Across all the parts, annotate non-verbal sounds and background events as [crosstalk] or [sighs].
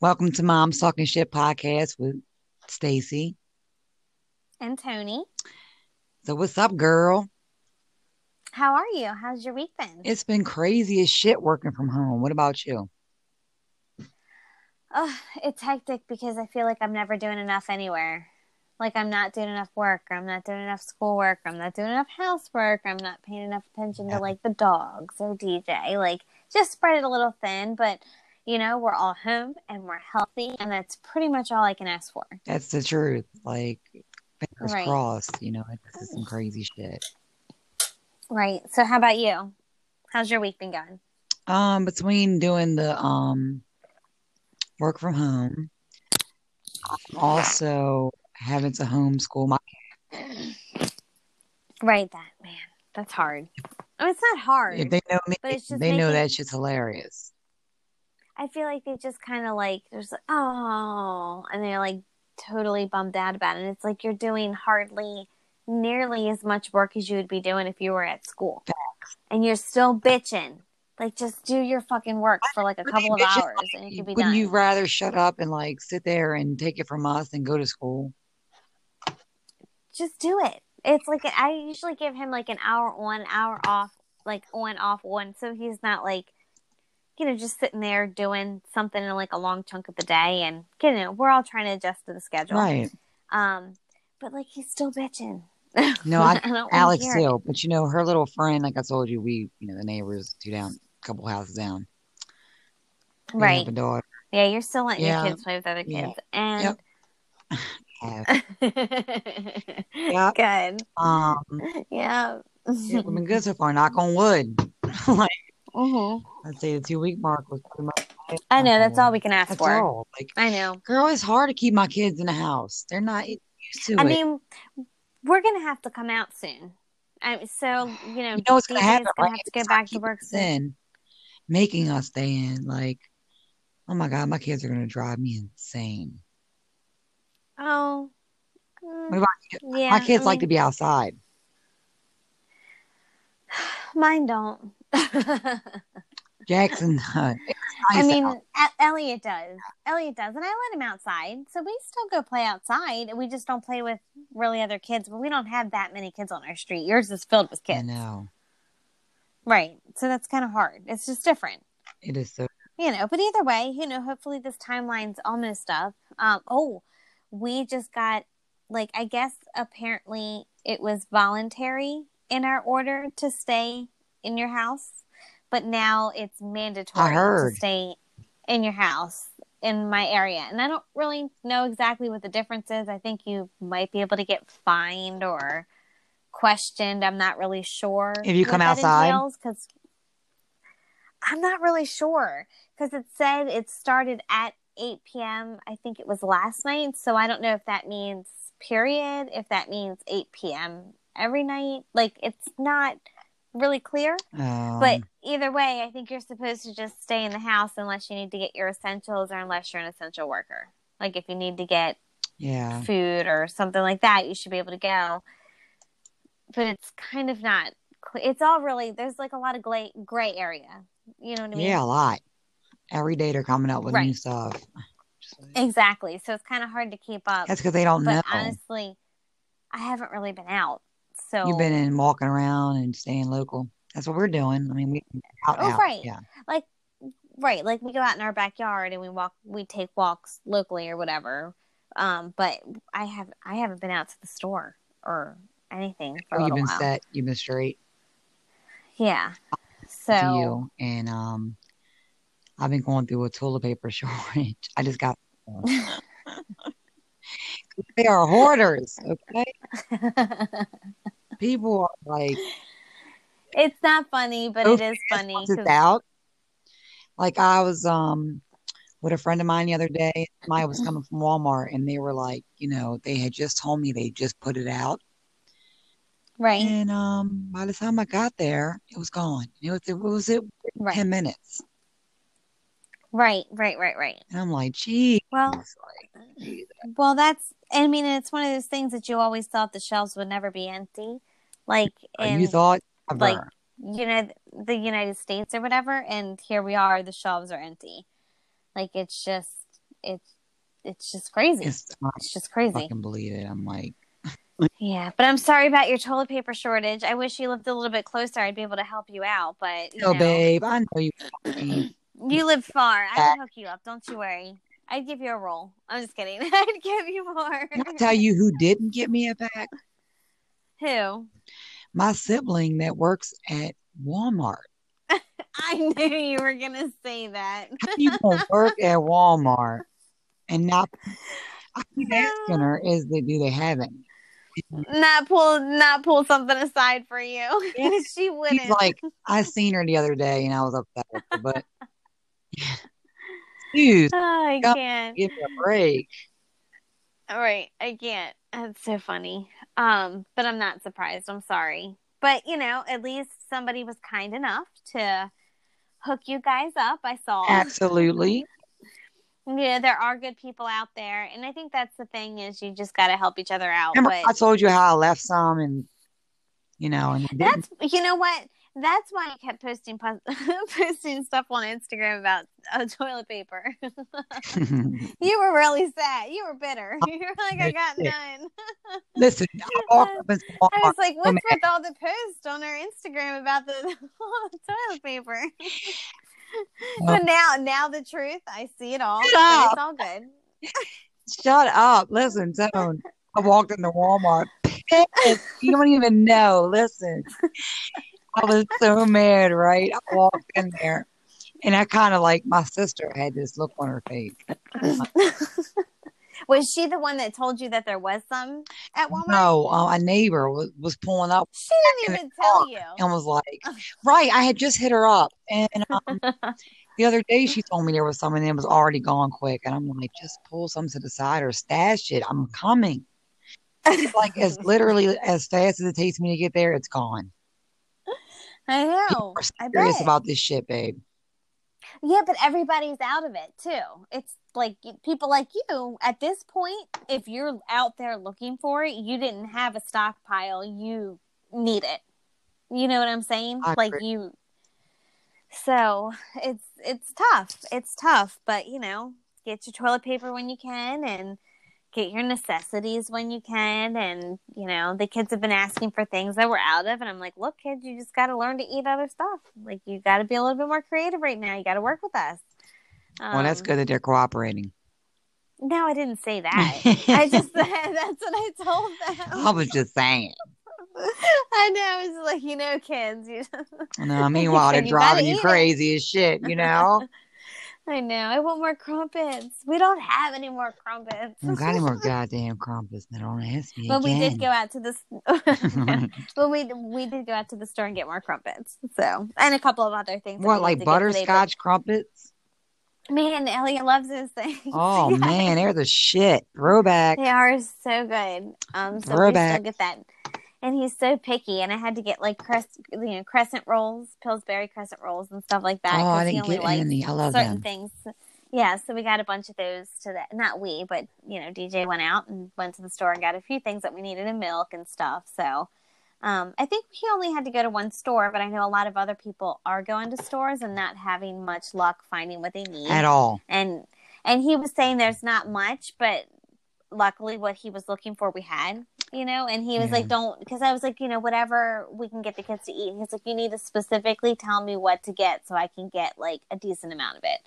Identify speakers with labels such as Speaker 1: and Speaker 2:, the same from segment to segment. Speaker 1: Welcome to Mom's Talking Shit podcast with Stacy.
Speaker 2: And Tony,
Speaker 1: So what's up, girl?
Speaker 2: how are you? How's your week been?
Speaker 1: It's been crazy as shit working from home. What about you?
Speaker 2: Ugh, it's hectic because I feel like I'm never doing enough anywhere. Like I'm not doing enough work, or I'm not doing enough schoolwork, or I'm not doing enough housework, or I'm not paying enough attention
Speaker 1: Yeah.
Speaker 2: to like the dogs or DJ. Like just spread it a little thin, but you know, we're all home and we're healthy and that's pretty much all I can ask for.
Speaker 1: That's the truth. Like fingers
Speaker 2: Right.
Speaker 1: crossed, you know, this is some crazy shit.
Speaker 2: Right. So how about you? How's your week been going?
Speaker 1: Um, between doing the um work from home, also having to homeschool my
Speaker 2: Right that man. That's hard. I mean, Oh, it's not hard.
Speaker 1: if they know me,
Speaker 2: But it's just
Speaker 1: they know
Speaker 2: making-
Speaker 1: that shit's hilarious.
Speaker 2: I feel like they just kind of like there's like oh, and they're like totally bummed out about it. And it's like you're doing hardly nearly as much work as you would be doing if you were at school, and you're still bitching. Like just do your fucking work for like a
Speaker 1: Really,
Speaker 2: couple of
Speaker 1: bitches,
Speaker 2: hours, and it could be
Speaker 1: Wouldn't
Speaker 2: done.
Speaker 1: you rather shut up and like sit there and take it from us and go to school?
Speaker 2: Just do it. It's like I usually give him like an hour on, hour off, like on off one, so he's not like. You know, just sitting there doing something in like a long chunk of the day, and you know, we're all trying to adjust to the schedule.
Speaker 1: Right.
Speaker 2: Um, but like he's still bitching. [laughs]
Speaker 1: No, I
Speaker 2: don't wanna
Speaker 1: Alex
Speaker 2: hear it.
Speaker 1: Hill, but you know her little friend. Like I told you, we you know the neighbors two down, couple houses down. we have
Speaker 2: Right.
Speaker 1: a daughter.
Speaker 2: Yeah, you're still letting
Speaker 1: Yeah.
Speaker 2: your kids play with other
Speaker 1: Yeah.
Speaker 2: kids. And
Speaker 1: Have,
Speaker 2: [laughs]
Speaker 1: um,
Speaker 2: good. [laughs] Yeah.
Speaker 1: yeah, we've been good so far. Knock on wood. like
Speaker 2: Mhm.
Speaker 1: I'd say the two week mark was pretty much.
Speaker 2: I know, that's all we can ask
Speaker 1: That's
Speaker 2: for.
Speaker 1: all. Like,
Speaker 2: I know.
Speaker 1: girl, it's hard to keep my kids in the house. They're not used to
Speaker 2: I
Speaker 1: it.
Speaker 2: mean, we're gonna have to come out soon. I, so you know,
Speaker 1: you know what's
Speaker 2: DJ's
Speaker 1: gonna happen?
Speaker 2: gonna
Speaker 1: right?
Speaker 2: have to
Speaker 1: If we
Speaker 2: go
Speaker 1: stop
Speaker 2: back to
Speaker 1: keeping
Speaker 2: work
Speaker 1: us
Speaker 2: soon.
Speaker 1: in, making us stay in. Like, oh my god, my kids are gonna drive me insane.
Speaker 2: Oh, Mm,
Speaker 1: What about
Speaker 2: yeah.
Speaker 1: my kids
Speaker 2: I
Speaker 1: like to
Speaker 2: mean,
Speaker 1: be outside.
Speaker 2: mine don't. [laughs]
Speaker 1: Jackson, [laughs] uh, it's nice
Speaker 2: I mean,
Speaker 1: out.
Speaker 2: E- Elliot does. Elliot does, and I let him outside, so we still go play outside. We just don't play with really other kids, but we don't have that many kids on our street. Yours is filled with
Speaker 1: I
Speaker 2: kids,
Speaker 1: know
Speaker 2: right? So that's kind of hard. It's just different,
Speaker 1: it is so.
Speaker 2: you know. But either way, you know, hopefully this timeline's almost up. Um, oh, we just got like I guess apparently it was voluntary in our order to stay in your house, but now it's mandatory to
Speaker 1: heard.
Speaker 2: stay in your house in my area. And I don't really know exactly what the difference is. I think you might be able to get fined or questioned. I'm not really sure
Speaker 1: If you come outside?
Speaker 2: because I'm not really sure because it said it started at 8 p.m. I think it was last night. So I don't know if that means period, if that means 8 p.m. every night. Like it's not really clear.
Speaker 1: Um,
Speaker 2: But either way, I think you're supposed to just stay in the house unless you need to get your essentials or unless you're an essential worker. Like if you need to get
Speaker 1: yeah,
Speaker 2: food or something like that, you should be able to go. But it's kind of not. cl- It's all really there's like a lot of gray, gray area. You know what I mean?
Speaker 1: yeah, a lot. Every day they're coming out with new
Speaker 2: Right.
Speaker 1: stuff.
Speaker 2: Exactly. So it's kind of hard to keep up.
Speaker 1: That's because they don't know.
Speaker 2: but honestly, I haven't really been out. So
Speaker 1: You've been in walking around and staying local. That's what we're doing. I mean, we out,
Speaker 2: Oh,
Speaker 1: out.
Speaker 2: right.
Speaker 1: Yeah,
Speaker 2: right like we go out in our backyard and we walk we take walks locally or whatever um but i have i haven't been out to the store or anything for a
Speaker 1: oh, you've
Speaker 2: little
Speaker 1: been
Speaker 2: while
Speaker 1: set. You've been straight
Speaker 2: yeah
Speaker 1: to
Speaker 2: so
Speaker 1: you, and um, I've been going through a toilet paper [laughs] shortage. I just
Speaker 2: [laughs]
Speaker 1: got. They are hoarders. Okay,
Speaker 2: [laughs]
Speaker 1: people are like
Speaker 2: it's not funny but it is funny
Speaker 1: It's
Speaker 2: 'cause-
Speaker 1: out. Like I was um with a friend of mine the other day. Maya was coming from Walmart, and they were like, you know, they had just told me they just put it out,
Speaker 2: right
Speaker 1: and um, by the time I got there, it was gone. It was it was it
Speaker 2: right
Speaker 1: ten minutes,
Speaker 2: right right right right
Speaker 1: and I'm like, gee,
Speaker 2: well well that's i mean it's one of those things that you always thought the shelves would never be empty like in
Speaker 1: you thought ever.
Speaker 2: like you know the United States or whatever, and here we are. The shelves are empty. Like it's just it's it's just crazy. It's,
Speaker 1: It's, I
Speaker 2: just crazy.
Speaker 1: fucking believe it. I'm like,
Speaker 2: Yeah, but I'm sorry about your toilet paper shortage. I wish you lived a little bit closer. I'd be able to help you out, but you
Speaker 1: no,
Speaker 2: know,
Speaker 1: babe, Uh, I know you. fucking-
Speaker 2: you live far. I can hook you up. Don't you worry. I'd give you a roll. I'm just kidding. [laughs] I'd give you more.
Speaker 1: Can I tell you who didn't get me a bag?
Speaker 2: Who?
Speaker 1: My sibling that works at Walmart.
Speaker 2: I knew you were gonna say that.
Speaker 1: How you
Speaker 2: [laughs]
Speaker 1: gonna work at Walmart and not? I keep asking her, is they do they have it?
Speaker 2: Not pull, not pull something aside for you. [laughs] she wouldn't.
Speaker 1: She's like, I seen her the other day and I was upset with her, but [laughs] dude,
Speaker 2: Oh, I
Speaker 1: Yeah.
Speaker 2: can't.
Speaker 1: give me a break.
Speaker 2: All right, I can't. That's so funny. Um, but I'm not surprised. I'm sorry. But you know, at least somebody was kind enough to hook you guys up. I saw.
Speaker 1: Absolutely.
Speaker 2: Yeah, there are good people out there, and I think that's the thing is you just got to help each other out.
Speaker 1: Remember I
Speaker 2: but
Speaker 1: told you how I left some and you know and it didn't,
Speaker 2: that's you know what. That's why I kept posting pos- [laughs] posting stuff on Instagram about uh, toilet paper. [laughs] you were really sad. You were bitter. [laughs] You were like, I got
Speaker 1: Yeah.
Speaker 2: none.
Speaker 1: [laughs] listen, I walked up and saw
Speaker 2: I
Speaker 1: Walmart.
Speaker 2: was like,
Speaker 1: so
Speaker 2: what's with all the posts on our Instagram about the [laughs] toilet paper? [laughs] but now, now the truth, I see it all.
Speaker 1: Shut
Speaker 2: but
Speaker 1: up.
Speaker 2: It's all good.
Speaker 1: Shut up. Listen, Tone. I walked into Walmart. pissed. You don't even know. Listen. I was so mad, right? I walked in there and I kind of like my sister had this look on her face.
Speaker 2: Was she the one that told you that there was some at Walmart?
Speaker 1: No, uh, a neighbor was, was pulling up
Speaker 2: She didn't
Speaker 1: in
Speaker 2: even
Speaker 1: the
Speaker 2: tell
Speaker 1: car.
Speaker 2: you.
Speaker 1: and was like,
Speaker 2: Oh.
Speaker 1: right, I had just hit her up. And
Speaker 2: [laughs]
Speaker 1: um, the other day she told me there was someone and it was already gone quick. And I'm like, just pull some to the side or stash it. I'm coming. Like,
Speaker 2: [laughs]
Speaker 1: as literally as fast as it takes me to get there, it's gone.
Speaker 2: I know.
Speaker 1: We're
Speaker 2: I
Speaker 1: serious
Speaker 2: bet.
Speaker 1: about this shit, babe.
Speaker 2: yeah, but everybody's out of it too. It's like people like you at this point. If you're out there looking for it, you didn't have a stockpile. You need it. You know what I'm saying?
Speaker 1: I
Speaker 2: like
Speaker 1: agree.
Speaker 2: you. So it's it's tough. It's tough, but you know, get your toilet paper when you can, and get your necessities when you can. And you know, the kids have been asking for things that we're out of, and I'm like, look, kids, you just got to learn to eat other stuff. Like you got to be a little bit more creative right now. You got to work with us.
Speaker 1: well, that's
Speaker 2: Um,
Speaker 1: good that they're cooperating.
Speaker 2: No, I didn't say that.
Speaker 1: [laughs]
Speaker 2: I just [laughs] oh. that's what I told them.
Speaker 1: I was just saying.
Speaker 2: [laughs] I know. It's like you know, kids. You [laughs]
Speaker 1: No, meanwhile, they're
Speaker 2: You gotta
Speaker 1: driving
Speaker 2: eat
Speaker 1: you
Speaker 2: it.
Speaker 1: crazy as shit, you know?
Speaker 2: [laughs] I know. I want more crumpets. We don't have any more crumpets.
Speaker 1: I don't got any
Speaker 2: [laughs]
Speaker 1: more goddamn crumpets. They don't ask me
Speaker 2: but we did go
Speaker 1: again.
Speaker 2: out to this. [laughs] but we we did go out to the store and get more crumpets. So and a couple of other things. that
Speaker 1: [laughs]
Speaker 2: we
Speaker 1: what,
Speaker 2: need
Speaker 1: like
Speaker 2: to get today, but-
Speaker 1: butterscotch crumpets?
Speaker 2: Man, Elliot loves those things. [laughs]
Speaker 1: Oh,
Speaker 2: Yes.
Speaker 1: man, they're the shit. Throwback.
Speaker 2: They are so good. Um, so we still
Speaker 1: Throwback.
Speaker 2: get that. And he's so picky, and I had to get like crest, you know, crescent rolls, Pillsbury crescent rolls, and stuff like that.
Speaker 1: oh,
Speaker 2: 'cause
Speaker 1: I
Speaker 2: he
Speaker 1: didn't
Speaker 2: only
Speaker 1: get
Speaker 2: likes
Speaker 1: any. I love
Speaker 2: certain
Speaker 1: them.
Speaker 2: things. Yeah, so we got a bunch of those to that. Not we, but you know, DJ went out and went to the store and got a few things that we needed in milk and stuff. So um, I think he only had to go to one store, but I know a lot of other people are going to stores and not having much luck finding what they need
Speaker 1: At all.
Speaker 2: and and he was saying there's not much but luckily what he was looking for we had you know and he was
Speaker 1: Yeah.
Speaker 2: like don't because i was like you know whatever we can get the kids to eat and he's like you need to specifically tell me what to get so i can get like a decent amount of it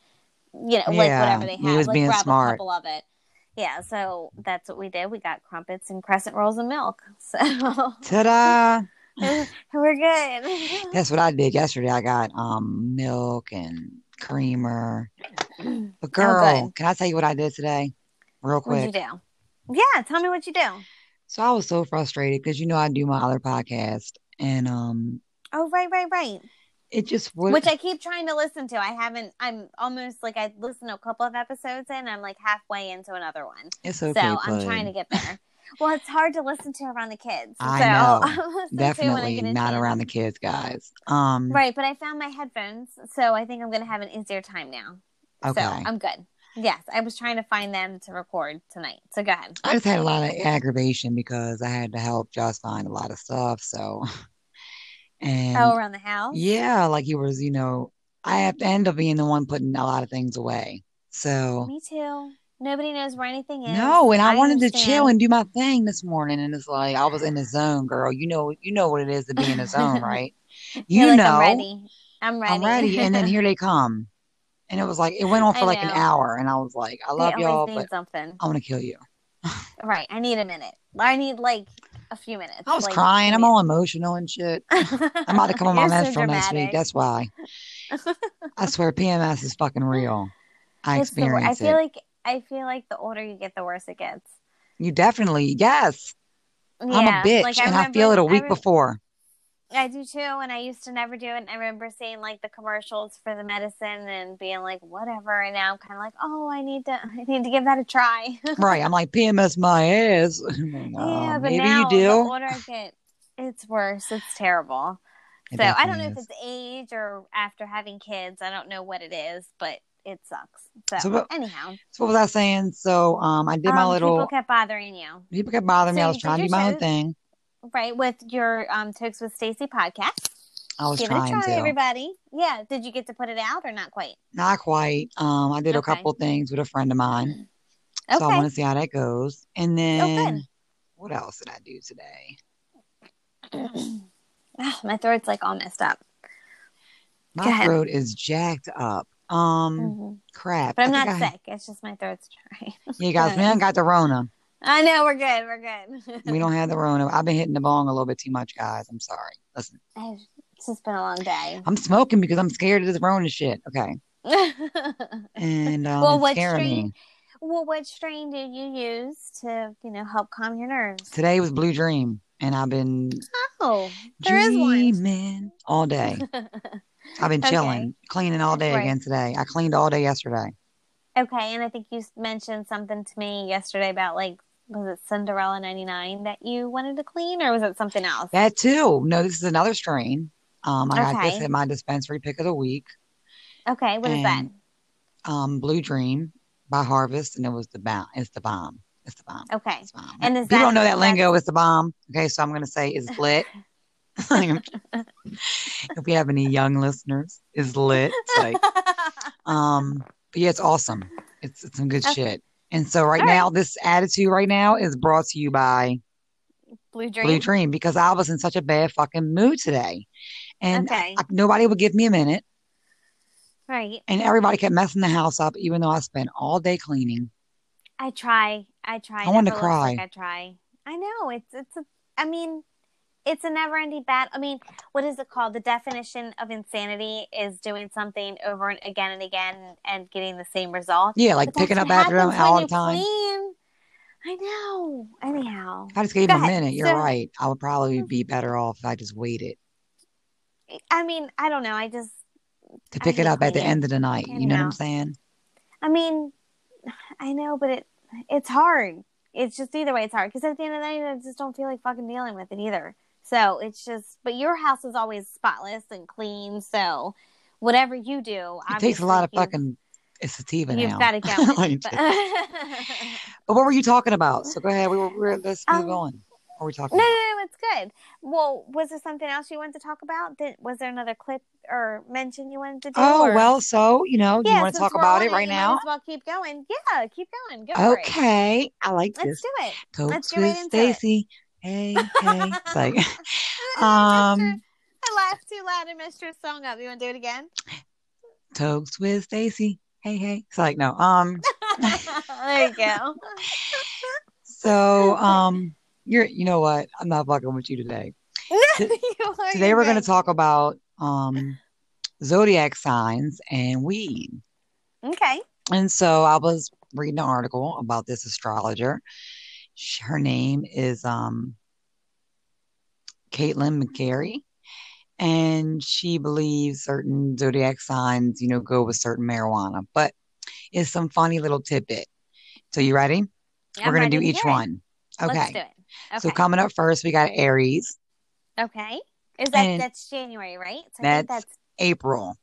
Speaker 2: you know like
Speaker 1: Yeah,
Speaker 2: whatever they
Speaker 1: he
Speaker 2: have
Speaker 1: was
Speaker 2: like
Speaker 1: being
Speaker 2: grab
Speaker 1: smart.
Speaker 2: a couple of it yeah so that's what we did we got crumpets and crescent rolls and milk [laughs] so
Speaker 1: Ta da!
Speaker 2: [laughs] we're good
Speaker 1: That's what I did yesterday. I got um milk and
Speaker 2: [clears throat]
Speaker 1: creamer. But girl,
Speaker 2: Oh, good.
Speaker 1: can I tell you what I did today? Real quick.
Speaker 2: what'd you do yeah tell me what you do
Speaker 1: So I was so frustrated because you know I do my other podcast and um
Speaker 2: oh right right right
Speaker 1: it just would
Speaker 2: which I keep trying to listen to. I haven't. I'm almost like I listened to a couple of episodes in. I'm like halfway into another one,
Speaker 1: it's okay.
Speaker 2: so I'm trying to
Speaker 1: bud.
Speaker 2: get
Speaker 1: [laughs]
Speaker 2: there. well, it's hard to listen to around the kids.
Speaker 1: I
Speaker 2: so [laughs]
Speaker 1: know.
Speaker 2: I'll listen to when I
Speaker 1: definitely
Speaker 2: get a
Speaker 1: not
Speaker 2: chance.
Speaker 1: around the kids, guys. Um
Speaker 2: Right, but I found my headphones, so I think I'm gonna have an easier time now.
Speaker 1: okay.
Speaker 2: So I'm good. Yes, I was trying to find them to record tonight. So go ahead.
Speaker 1: I just had a lot of aggravation because I had to help Josh find a lot of stuff. So [laughs] and
Speaker 2: oh, around the house.
Speaker 1: yeah, like he was, you know, I have to end up being the one putting a lot of things away. So
Speaker 2: Me too. Nobody knows where anything is.
Speaker 1: No, and I, wanted to
Speaker 2: understand.
Speaker 1: chill and do my thing this morning, and it's like I was in the zone, girl. You know, you know what it is to be in the
Speaker 2: [laughs]
Speaker 1: zone, right? You
Speaker 2: You're like,
Speaker 1: know,
Speaker 2: I'm ready. I'm ready.
Speaker 1: I'm ready,
Speaker 2: [laughs]
Speaker 1: and then here they come, and it was like it went on
Speaker 2: I
Speaker 1: for like an
Speaker 2: know.
Speaker 1: hour, and I was like, I
Speaker 2: They
Speaker 1: love
Speaker 2: always
Speaker 1: y'all,
Speaker 2: need
Speaker 1: but
Speaker 2: something.
Speaker 1: I want to kill you.
Speaker 2: Right. I need a minute. I need like a few minutes.
Speaker 1: I was
Speaker 2: like,
Speaker 1: crying. I'm
Speaker 2: minute.
Speaker 1: all emotional and shit. [laughs] I'm about to
Speaker 2: [laughs]
Speaker 1: come on my
Speaker 2: You're so
Speaker 1: menstrual next week.
Speaker 2: dramatic.
Speaker 1: That's
Speaker 2: [laughs]
Speaker 1: why. I swear, PMS is fucking real. I
Speaker 2: [laughs] It's the wor- I
Speaker 1: experience
Speaker 2: feel
Speaker 1: it.
Speaker 2: like I feel like the older you get, the worse it gets.
Speaker 1: you definitely, yes.
Speaker 2: Yeah,
Speaker 1: I'm a bitch, and I feel it a
Speaker 2: remember- I
Speaker 1: week
Speaker 2: rem- [laughs]
Speaker 1: before.
Speaker 2: I do too, and I used to never do it. And I remember seeing like the commercials for the medicine and being like, whatever. And now I'm kind of like, oh, I need to, I need to give that a try. [laughs]
Speaker 1: right. I'm like, PMS my ass. [laughs]
Speaker 2: yeah,
Speaker 1: No,
Speaker 2: but
Speaker 1: maybe
Speaker 2: now
Speaker 1: you
Speaker 2: the
Speaker 1: do.
Speaker 2: older I get, it's worse. It's terrible.
Speaker 1: It
Speaker 2: so I don't
Speaker 1: definitely
Speaker 2: know if
Speaker 1: is.
Speaker 2: it's age or after having kids. I don't know what it is, but it sucks. So,
Speaker 1: So what-
Speaker 2: anyhow,
Speaker 1: So what was I saying? So um, I did my
Speaker 2: um,
Speaker 1: little.
Speaker 2: people kept bothering you,
Speaker 1: people kept bothering me.
Speaker 2: So
Speaker 1: I
Speaker 2: you
Speaker 1: was
Speaker 2: did
Speaker 1: trying to
Speaker 2: your
Speaker 1: do my own
Speaker 2: shows.
Speaker 1: thing.
Speaker 2: right? With your um, Tokes with Stacy podcast.
Speaker 1: I was
Speaker 2: Give it a
Speaker 1: trying
Speaker 2: try,
Speaker 1: to.
Speaker 2: everybody. Yeah. Did you get to put it out or not quite?
Speaker 1: Not quite. Um, I did a
Speaker 2: Okay.
Speaker 1: couple things with a friend of mine. So I
Speaker 2: Hmm. Okay. Oh,
Speaker 1: want to see how that goes. And then what else did I do today?
Speaker 2: Ah, [sighs] my throat's like all messed up.
Speaker 1: My
Speaker 2: Go ahead.
Speaker 1: throat is jacked up. Um,
Speaker 2: Mhm.
Speaker 1: crap.
Speaker 2: But I'm
Speaker 1: I
Speaker 2: not
Speaker 1: think I-
Speaker 2: sick. It's just my throat's dry.
Speaker 1: Yeah, guys, we
Speaker 2: Yeah.
Speaker 1: done got the Rona.
Speaker 2: [laughs] I know we're good. We're good. [laughs]
Speaker 1: We don't have the Rona. I've been hitting the bong a little bit too much, guys. I'm sorry. Listen,
Speaker 2: it's just been a
Speaker 1: [laughs]
Speaker 2: long day. [laughs]
Speaker 1: I'm smoking because I'm scared of this Rona shit. Okay, and um,
Speaker 2: Well,
Speaker 1: it's
Speaker 2: what
Speaker 1: scaring
Speaker 2: strain-
Speaker 1: me.
Speaker 2: well, what strain did you use to, you know, help calm your nerves?
Speaker 1: Today was Blue Dream, and I've been
Speaker 2: Oh, [laughs] there is one.
Speaker 1: dreaming all
Speaker 2: [laughs]
Speaker 1: day. I've been
Speaker 2: Okay.
Speaker 1: chilling, cleaning all day
Speaker 2: Right.
Speaker 1: again today. I cleaned all day yesterday.
Speaker 2: Okay, and I think you s- mentioned something to me yesterday about like was it Cinderella '99 that you wanted to clean, or was it something else?
Speaker 1: That too. No, this is another strain. Um, I got this
Speaker 2: Okay.
Speaker 1: at my dispensary pick of the week.
Speaker 2: Okay, what is that?
Speaker 1: Um, Blue Dream by Harvest, and it was the bomb. It's the bomb. It's the bomb.
Speaker 2: Okay,
Speaker 1: It's bomb.
Speaker 2: And is
Speaker 1: People
Speaker 2: that-
Speaker 1: don't know that
Speaker 2: that's-
Speaker 1: lingo. It's the bomb. Okay, so I'm gonna say it's
Speaker 2: [laughs]
Speaker 1: lit. if we have any young listeners, it's lit. It's
Speaker 2: [laughs]
Speaker 1: like, um, but yeah, it's awesome. It's, it's some good
Speaker 2: Okay.
Speaker 1: shit. And so right
Speaker 2: All right.
Speaker 1: now, this attitude right now is brought to you by
Speaker 2: Blue Dream.
Speaker 1: Blue Dream because I was in such a bad fucking mood today, and
Speaker 2: Okay,
Speaker 1: I- nobody would give me a minute,
Speaker 2: right.
Speaker 1: and everybody kept messing the house up, even though I spent all day cleaning.
Speaker 2: I try. I try.
Speaker 1: I wanna
Speaker 2: Never looks Like
Speaker 1: cry.
Speaker 2: I try. I know it's it's a. I mean, it's a never-ending battle. I mean, what is it called? The definition of insanity is doing something over and again and again and getting the same result.
Speaker 1: Yeah, like
Speaker 2: But that's
Speaker 1: picking up
Speaker 2: what
Speaker 1: after them
Speaker 2: happens when
Speaker 1: all the
Speaker 2: you
Speaker 1: time.
Speaker 2: Clean. I know. Anyhow,
Speaker 1: If I just gave
Speaker 2: Go
Speaker 1: him a
Speaker 2: ahead.
Speaker 1: minute, you're
Speaker 2: So- Mm.
Speaker 1: right. I would probably be better off if I just waited
Speaker 2: I mean, I don't know. I just,
Speaker 1: to
Speaker 2: I
Speaker 1: pick it
Speaker 2: hate
Speaker 1: up at the
Speaker 2: cleaning.
Speaker 1: end of the night. You know what I'm
Speaker 2: Anyhow.
Speaker 1: saying?
Speaker 2: I mean, I know, but it, it's hard. It's just either way, it's hard because at the end of the night, I just don't feel like fucking dealing with it either. So it's just, but your house is always spotless and clean. So whatever you do,
Speaker 1: It takes a lot of
Speaker 2: obviously
Speaker 1: fucking it's sativa
Speaker 2: you've,
Speaker 1: now.
Speaker 2: got to go.
Speaker 1: [laughs] Like,
Speaker 2: But,
Speaker 1: just- but what were you talking about? So go ahead. We were, we were let's keep
Speaker 2: Um,
Speaker 1: going. What were we
Speaker 2: [laughs] no, no,
Speaker 1: talking about?
Speaker 2: no, it's good. Well, was there something else you wanted to talk about? Did, was there another clip or mention you wanted to do?
Speaker 1: Oh
Speaker 2: or-
Speaker 1: well, so you know, do you
Speaker 2: Yeah,
Speaker 1: want to
Speaker 2: since
Speaker 1: talk
Speaker 2: we're
Speaker 1: about
Speaker 2: on
Speaker 1: it right
Speaker 2: you might
Speaker 1: now?
Speaker 2: as well, keep going. Yeah, keep going. Go for it.
Speaker 1: Okay, I like this.
Speaker 2: Let's do it. let's
Speaker 1: Coats
Speaker 2: get right
Speaker 1: with
Speaker 2: into it.
Speaker 1: Stacy. Hey, hey. It's like [laughs]
Speaker 2: I messed
Speaker 1: [laughs]
Speaker 2: your-
Speaker 1: um,
Speaker 2: [laughs] I laughed too loud and messed your song up. You want to do it again? [laughs]
Speaker 1: [laughs] toast with Stacy. Hey, hey. It's like no. Um,
Speaker 2: there you go. [laughs]
Speaker 1: so um, you're you know what? I'm not fucking with you today.
Speaker 2: Oh, You are-
Speaker 1: Today
Speaker 2: you're
Speaker 1: we're going to
Speaker 2: good.
Speaker 1: talk about um zodiac signs and weed.
Speaker 2: Okay.
Speaker 1: And so I was reading an article about this astrologer. Sh- Her name is um, Caitlin McCary, and she believes certain zodiac signs, you know, go with certain marijuana. But it's some funny little tidbit. So you ready?
Speaker 2: I'm
Speaker 1: We're gonna
Speaker 2: ready
Speaker 1: do
Speaker 2: to
Speaker 1: each
Speaker 2: hear it.
Speaker 1: one. Okay.
Speaker 2: Let's do it. Okay.
Speaker 1: So coming up first, we got Aries,
Speaker 2: okay. Is that
Speaker 1: And-
Speaker 2: that's January, right? So I
Speaker 1: That's-
Speaker 2: think that's
Speaker 1: April.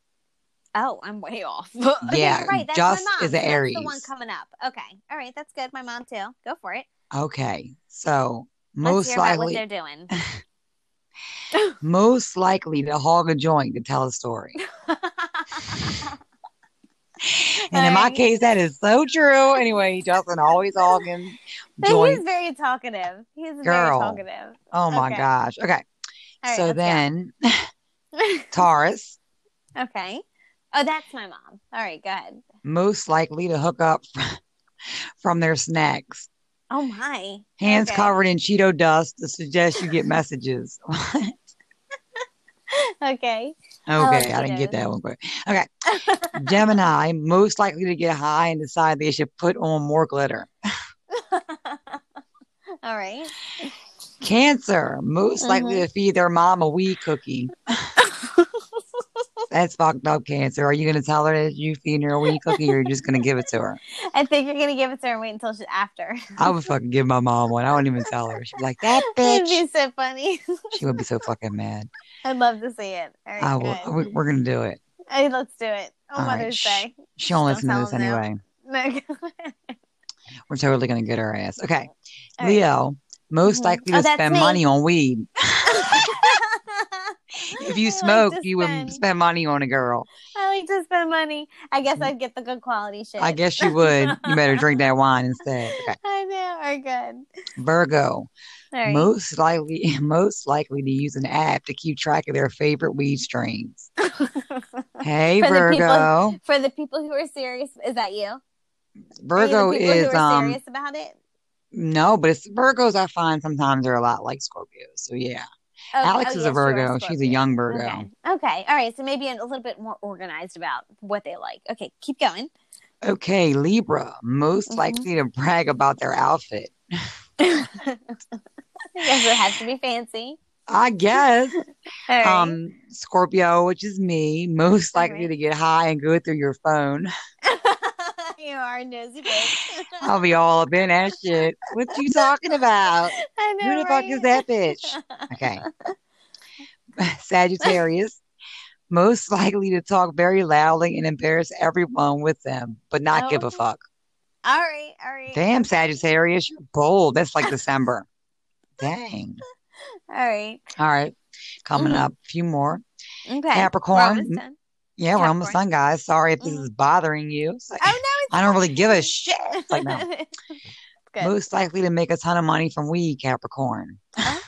Speaker 2: oh, I'm way off. [laughs] But
Speaker 1: Yeah,
Speaker 2: you're right. That's
Speaker 1: just
Speaker 2: my mom.
Speaker 1: is a
Speaker 2: That's the one
Speaker 1: Aries.
Speaker 2: coming up. Okay. All right. That's good. My mom too. Go for it.
Speaker 1: Okay. So
Speaker 2: Let's
Speaker 1: most
Speaker 2: hear about what
Speaker 1: likely,
Speaker 2: they're doing.
Speaker 1: [laughs]
Speaker 2: [laughs] [laughs]
Speaker 1: most likely to hog a joint to tell a story. And in my
Speaker 2: Right.
Speaker 1: case, that is so true. Anyway, Justin always hogging
Speaker 2: [laughs] But
Speaker 1: joint.
Speaker 2: he's very talkative. He's very
Speaker 1: Girl.
Speaker 2: talkative.
Speaker 1: Oh my
Speaker 2: okay.
Speaker 1: gosh. Okay.
Speaker 2: All right,
Speaker 1: so
Speaker 2: let's go.
Speaker 1: then Taurus,
Speaker 2: [laughs] okay. Oh, that's my mom. All right, go ahead.
Speaker 1: most likely to hook up [laughs] from their snacks.
Speaker 2: Oh my.
Speaker 1: Hands
Speaker 2: Okay.
Speaker 1: covered in Cheeto dust to suggest you get messages.
Speaker 2: [laughs] Okay. love
Speaker 1: Okay, I didn't
Speaker 2: Cheetos.
Speaker 1: get that one quick. Okay. Gemini, most likely to get high and decide they should put on more glitter.
Speaker 2: All right.
Speaker 1: Cancer, most likely
Speaker 2: Mm-hmm.
Speaker 1: to feed their mom a weed
Speaker 2: [laughs]
Speaker 1: cookie. That's fucked up, Cancer. Are you going to tell her that you feed her a weed cookie or you're just going to give it to her?
Speaker 2: I think you're gonna give it to her and wait until she's after. [laughs]
Speaker 1: I would fucking give my mom one. I wouldn't even tell her. She'd be like, that
Speaker 2: It'd
Speaker 1: bitch.
Speaker 2: be so funny. [laughs]
Speaker 1: She would be so fucking mad.
Speaker 2: I'd love to see it. All [laughs] right,
Speaker 1: I
Speaker 2: go
Speaker 1: will,
Speaker 2: ahead.
Speaker 1: we- we're going to do it.
Speaker 2: Hey, let's do it. On
Speaker 1: All right,
Speaker 2: Mother's
Speaker 1: shh.
Speaker 2: Day. [laughs]
Speaker 1: She don't
Speaker 2: Just
Speaker 1: listen
Speaker 2: don't
Speaker 1: to this
Speaker 2: tell 'em now.
Speaker 1: anyway.
Speaker 2: No, go ahead.
Speaker 1: We're totally going to get her ass. Okay.
Speaker 2: All right. [laughs]
Speaker 1: Leo, most
Speaker 2: Mhm.
Speaker 1: likely
Speaker 2: Oh,
Speaker 1: to
Speaker 2: that's
Speaker 1: spend
Speaker 2: me.
Speaker 1: money on weed. if
Speaker 2: I
Speaker 1: you
Speaker 2: [laughs] like
Speaker 1: smoke,
Speaker 2: to
Speaker 1: you would
Speaker 2: spend-
Speaker 1: spend money on a girl.
Speaker 2: I like to spend money. I guess I'd get the good quality shit.
Speaker 1: Mm. I guess you would. You better drink that wine instead. Okay.
Speaker 2: [laughs] I know. Are good.
Speaker 1: Virgo,
Speaker 2: All right.
Speaker 1: most likely, [laughs] most likely to use an app to keep track of their favorite weed
Speaker 2: [laughs]
Speaker 1: strains. Hey,
Speaker 2: For the
Speaker 1: Virgo.
Speaker 2: For the people who are serious, is that you? Are you the
Speaker 1: Virgo
Speaker 2: people
Speaker 1: is
Speaker 2: who are
Speaker 1: um
Speaker 2: serious about it. Oh,
Speaker 1: no, but it's Virgos. I find sometimes they're a lot like Scorpios. So yeah,
Speaker 2: Oh,
Speaker 1: Alex
Speaker 2: oh,
Speaker 1: is
Speaker 2: yes,
Speaker 1: a
Speaker 2: you are
Speaker 1: Virgo. She's a
Speaker 2: Scorpio.
Speaker 1: young Virgo.
Speaker 2: Okay. Okay. All right. So maybe I'm a little bit more organized about what they like. Okay. Keep going. [laughs]
Speaker 1: Okay, Libra, most
Speaker 2: Mhm.
Speaker 1: likely to brag about their outfit.
Speaker 2: yes, it has to be fancy.
Speaker 1: I guess.
Speaker 2: All right.
Speaker 1: um Scorpio, which is me, most
Speaker 2: All
Speaker 1: likely
Speaker 2: right.
Speaker 1: to get high and go through your phone.
Speaker 2: [laughs] you are a nosy bitch.
Speaker 1: I'll be all up in that shit. What you talking about?
Speaker 2: I know.
Speaker 1: Who the fuck is that bitch? Okay. [laughs] Sagittarius, most likely to talk very loudly and embarrass everyone with them, but not give
Speaker 2: Oh.
Speaker 1: a fuck.
Speaker 2: All right. All right.
Speaker 1: Damn, Sagittarius, you're bold. That's like December. Dang.
Speaker 2: All right.
Speaker 1: All right. Coming
Speaker 2: Mhm.
Speaker 1: up, a few more.
Speaker 2: Okay.
Speaker 1: Capricorn.
Speaker 2: We're almost done.
Speaker 1: Yeah, we're almost
Speaker 2: Capricorn.
Speaker 1: done, guys. Sorry if this
Speaker 2: Mhm.
Speaker 1: is bothering you. It's like-
Speaker 2: Oh no, it's
Speaker 1: I don't
Speaker 2: [laughs]
Speaker 1: really give a
Speaker 2: fine.
Speaker 1: shit. It's like, no.
Speaker 2: Good.
Speaker 1: Most likely to make a ton of money from weed, Capricorn.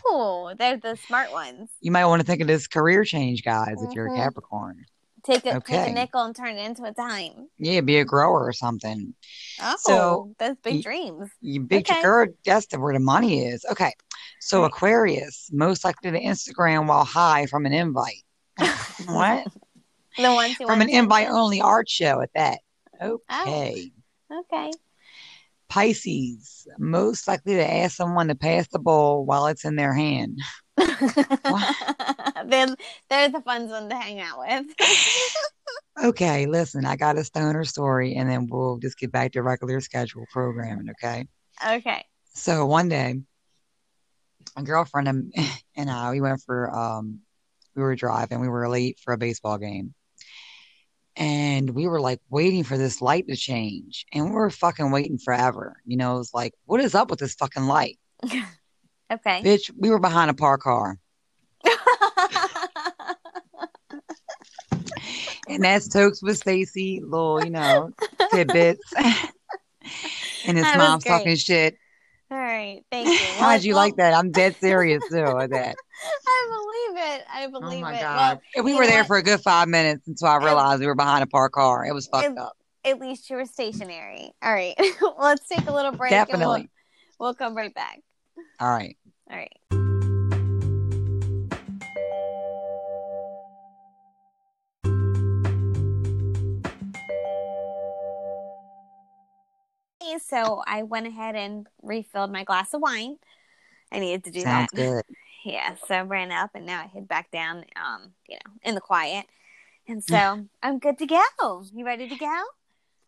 Speaker 2: Oh, they're the smart ones.
Speaker 1: You might want to think of this career change, guys, if you're a
Speaker 2: Mhm.
Speaker 1: Capricorn.
Speaker 2: Take a take
Speaker 1: Okay.
Speaker 2: a nickel and turn it into a dime.
Speaker 1: Yeah, be a grower or something.
Speaker 2: Oh,
Speaker 1: So,
Speaker 2: those big
Speaker 1: y-
Speaker 2: dreams.
Speaker 1: You big
Speaker 2: Okay. Mm-hmm.
Speaker 1: girl, that's the where the money is. Okay. So
Speaker 2: Right.
Speaker 1: Aquarius, most likely to Instagram while high from an
Speaker 2: [laughs]
Speaker 1: invite. what?
Speaker 2: The ones who
Speaker 1: From
Speaker 2: want
Speaker 1: an
Speaker 2: to turn
Speaker 1: invite
Speaker 2: it- Oh.
Speaker 1: only art show at that. Okay.
Speaker 2: Okay.
Speaker 1: Pisces, most likely to ask someone to pass the bowl while it's in their hand.
Speaker 2: [laughs] they're they're the fun one to hang out with.
Speaker 1: Okay, listen, I got a stoner story and then we'll just get back to regular schedule programming, okay?
Speaker 2: Okay.
Speaker 1: So one day, a girlfriend and- [laughs] and I, we went for um we were driving, we were late for a baseball game. And we were like waiting for this light to change. And we were fucking waiting forever. You know, it was like, what is up with this fucking light?
Speaker 2: Okay.
Speaker 1: Bitch, we were behind a parked car. And that's Tokes with Stacy, little, you know, tidbits. [laughs] and his
Speaker 2: That was
Speaker 1: mom's
Speaker 2: great.
Speaker 1: talking shit.
Speaker 2: [laughs] All right. Thank you. Well,
Speaker 1: [laughs] How'd you
Speaker 2: well,
Speaker 1: like that? I'm dead
Speaker 2: [laughs]
Speaker 1: serious too at that.
Speaker 2: I believe it. I believe
Speaker 1: Oh my
Speaker 2: it.
Speaker 1: god! And we
Speaker 2: you
Speaker 1: were
Speaker 2: know
Speaker 1: there
Speaker 2: what?
Speaker 1: for a good five minutes until I realized we were behind a parked car. It was fucked
Speaker 2: It-
Speaker 1: up.
Speaker 2: Well, at least you were stationary. All right. [laughs] well, let's take a little break. and we'll-
Speaker 1: Definitely.
Speaker 2: we'll come right back.
Speaker 1: All right.
Speaker 2: All right. Okay, So I went ahead and refilled my glass of wine. I needed to do
Speaker 1: Sounds
Speaker 2: that.
Speaker 1: good.
Speaker 2: Yeah, so I ran up and now I hid back down, um, you know, in the quiet. And so I'm good to go. You ready to go?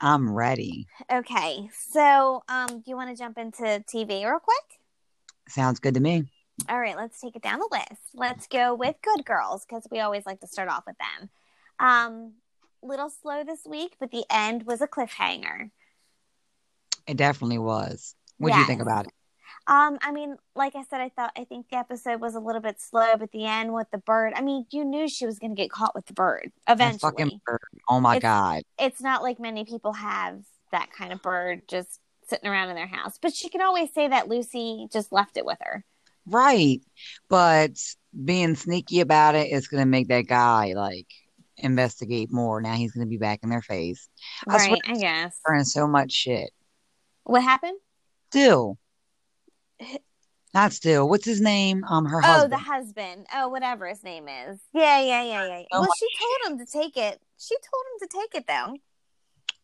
Speaker 1: I'm ready.
Speaker 2: Okay. So um do you want to jump into TV real quick?
Speaker 1: Sounds good to me.
Speaker 2: All right, let's take it down the list. Let's go with Good Girls because we always like to start off with them. Um, little slow this week, but the end was a cliffhanger.
Speaker 1: It definitely was. What do you think
Speaker 2: Yes.
Speaker 1: about it?
Speaker 2: Um, I mean, like I said, I thought I think the episode was a little bit slow, but the end with the bird. I mean, you knew she was going to get caught with the bird
Speaker 1: That
Speaker 2: eventually.
Speaker 1: fucking bird. Oh my
Speaker 2: It's-
Speaker 1: god.
Speaker 2: It's not like many people have that kind of bird just sitting around in their house, but she can always say that Lucy just left it with her.
Speaker 1: Right. But being sneaky about it is going to make that guy like investigate more. Now he's going to be back in their face. I swear-
Speaker 2: right? I guess.
Speaker 1: Learning so much shit.
Speaker 2: What happened?
Speaker 1: Still. Not still. What's his name? Um, her
Speaker 2: Oh,
Speaker 1: husband.
Speaker 2: the husband. Oh, whatever his name is. Yeah, yeah, yeah, yeah.
Speaker 1: Oh
Speaker 2: well,
Speaker 1: my
Speaker 2: she told him to take it. She told him to take it though.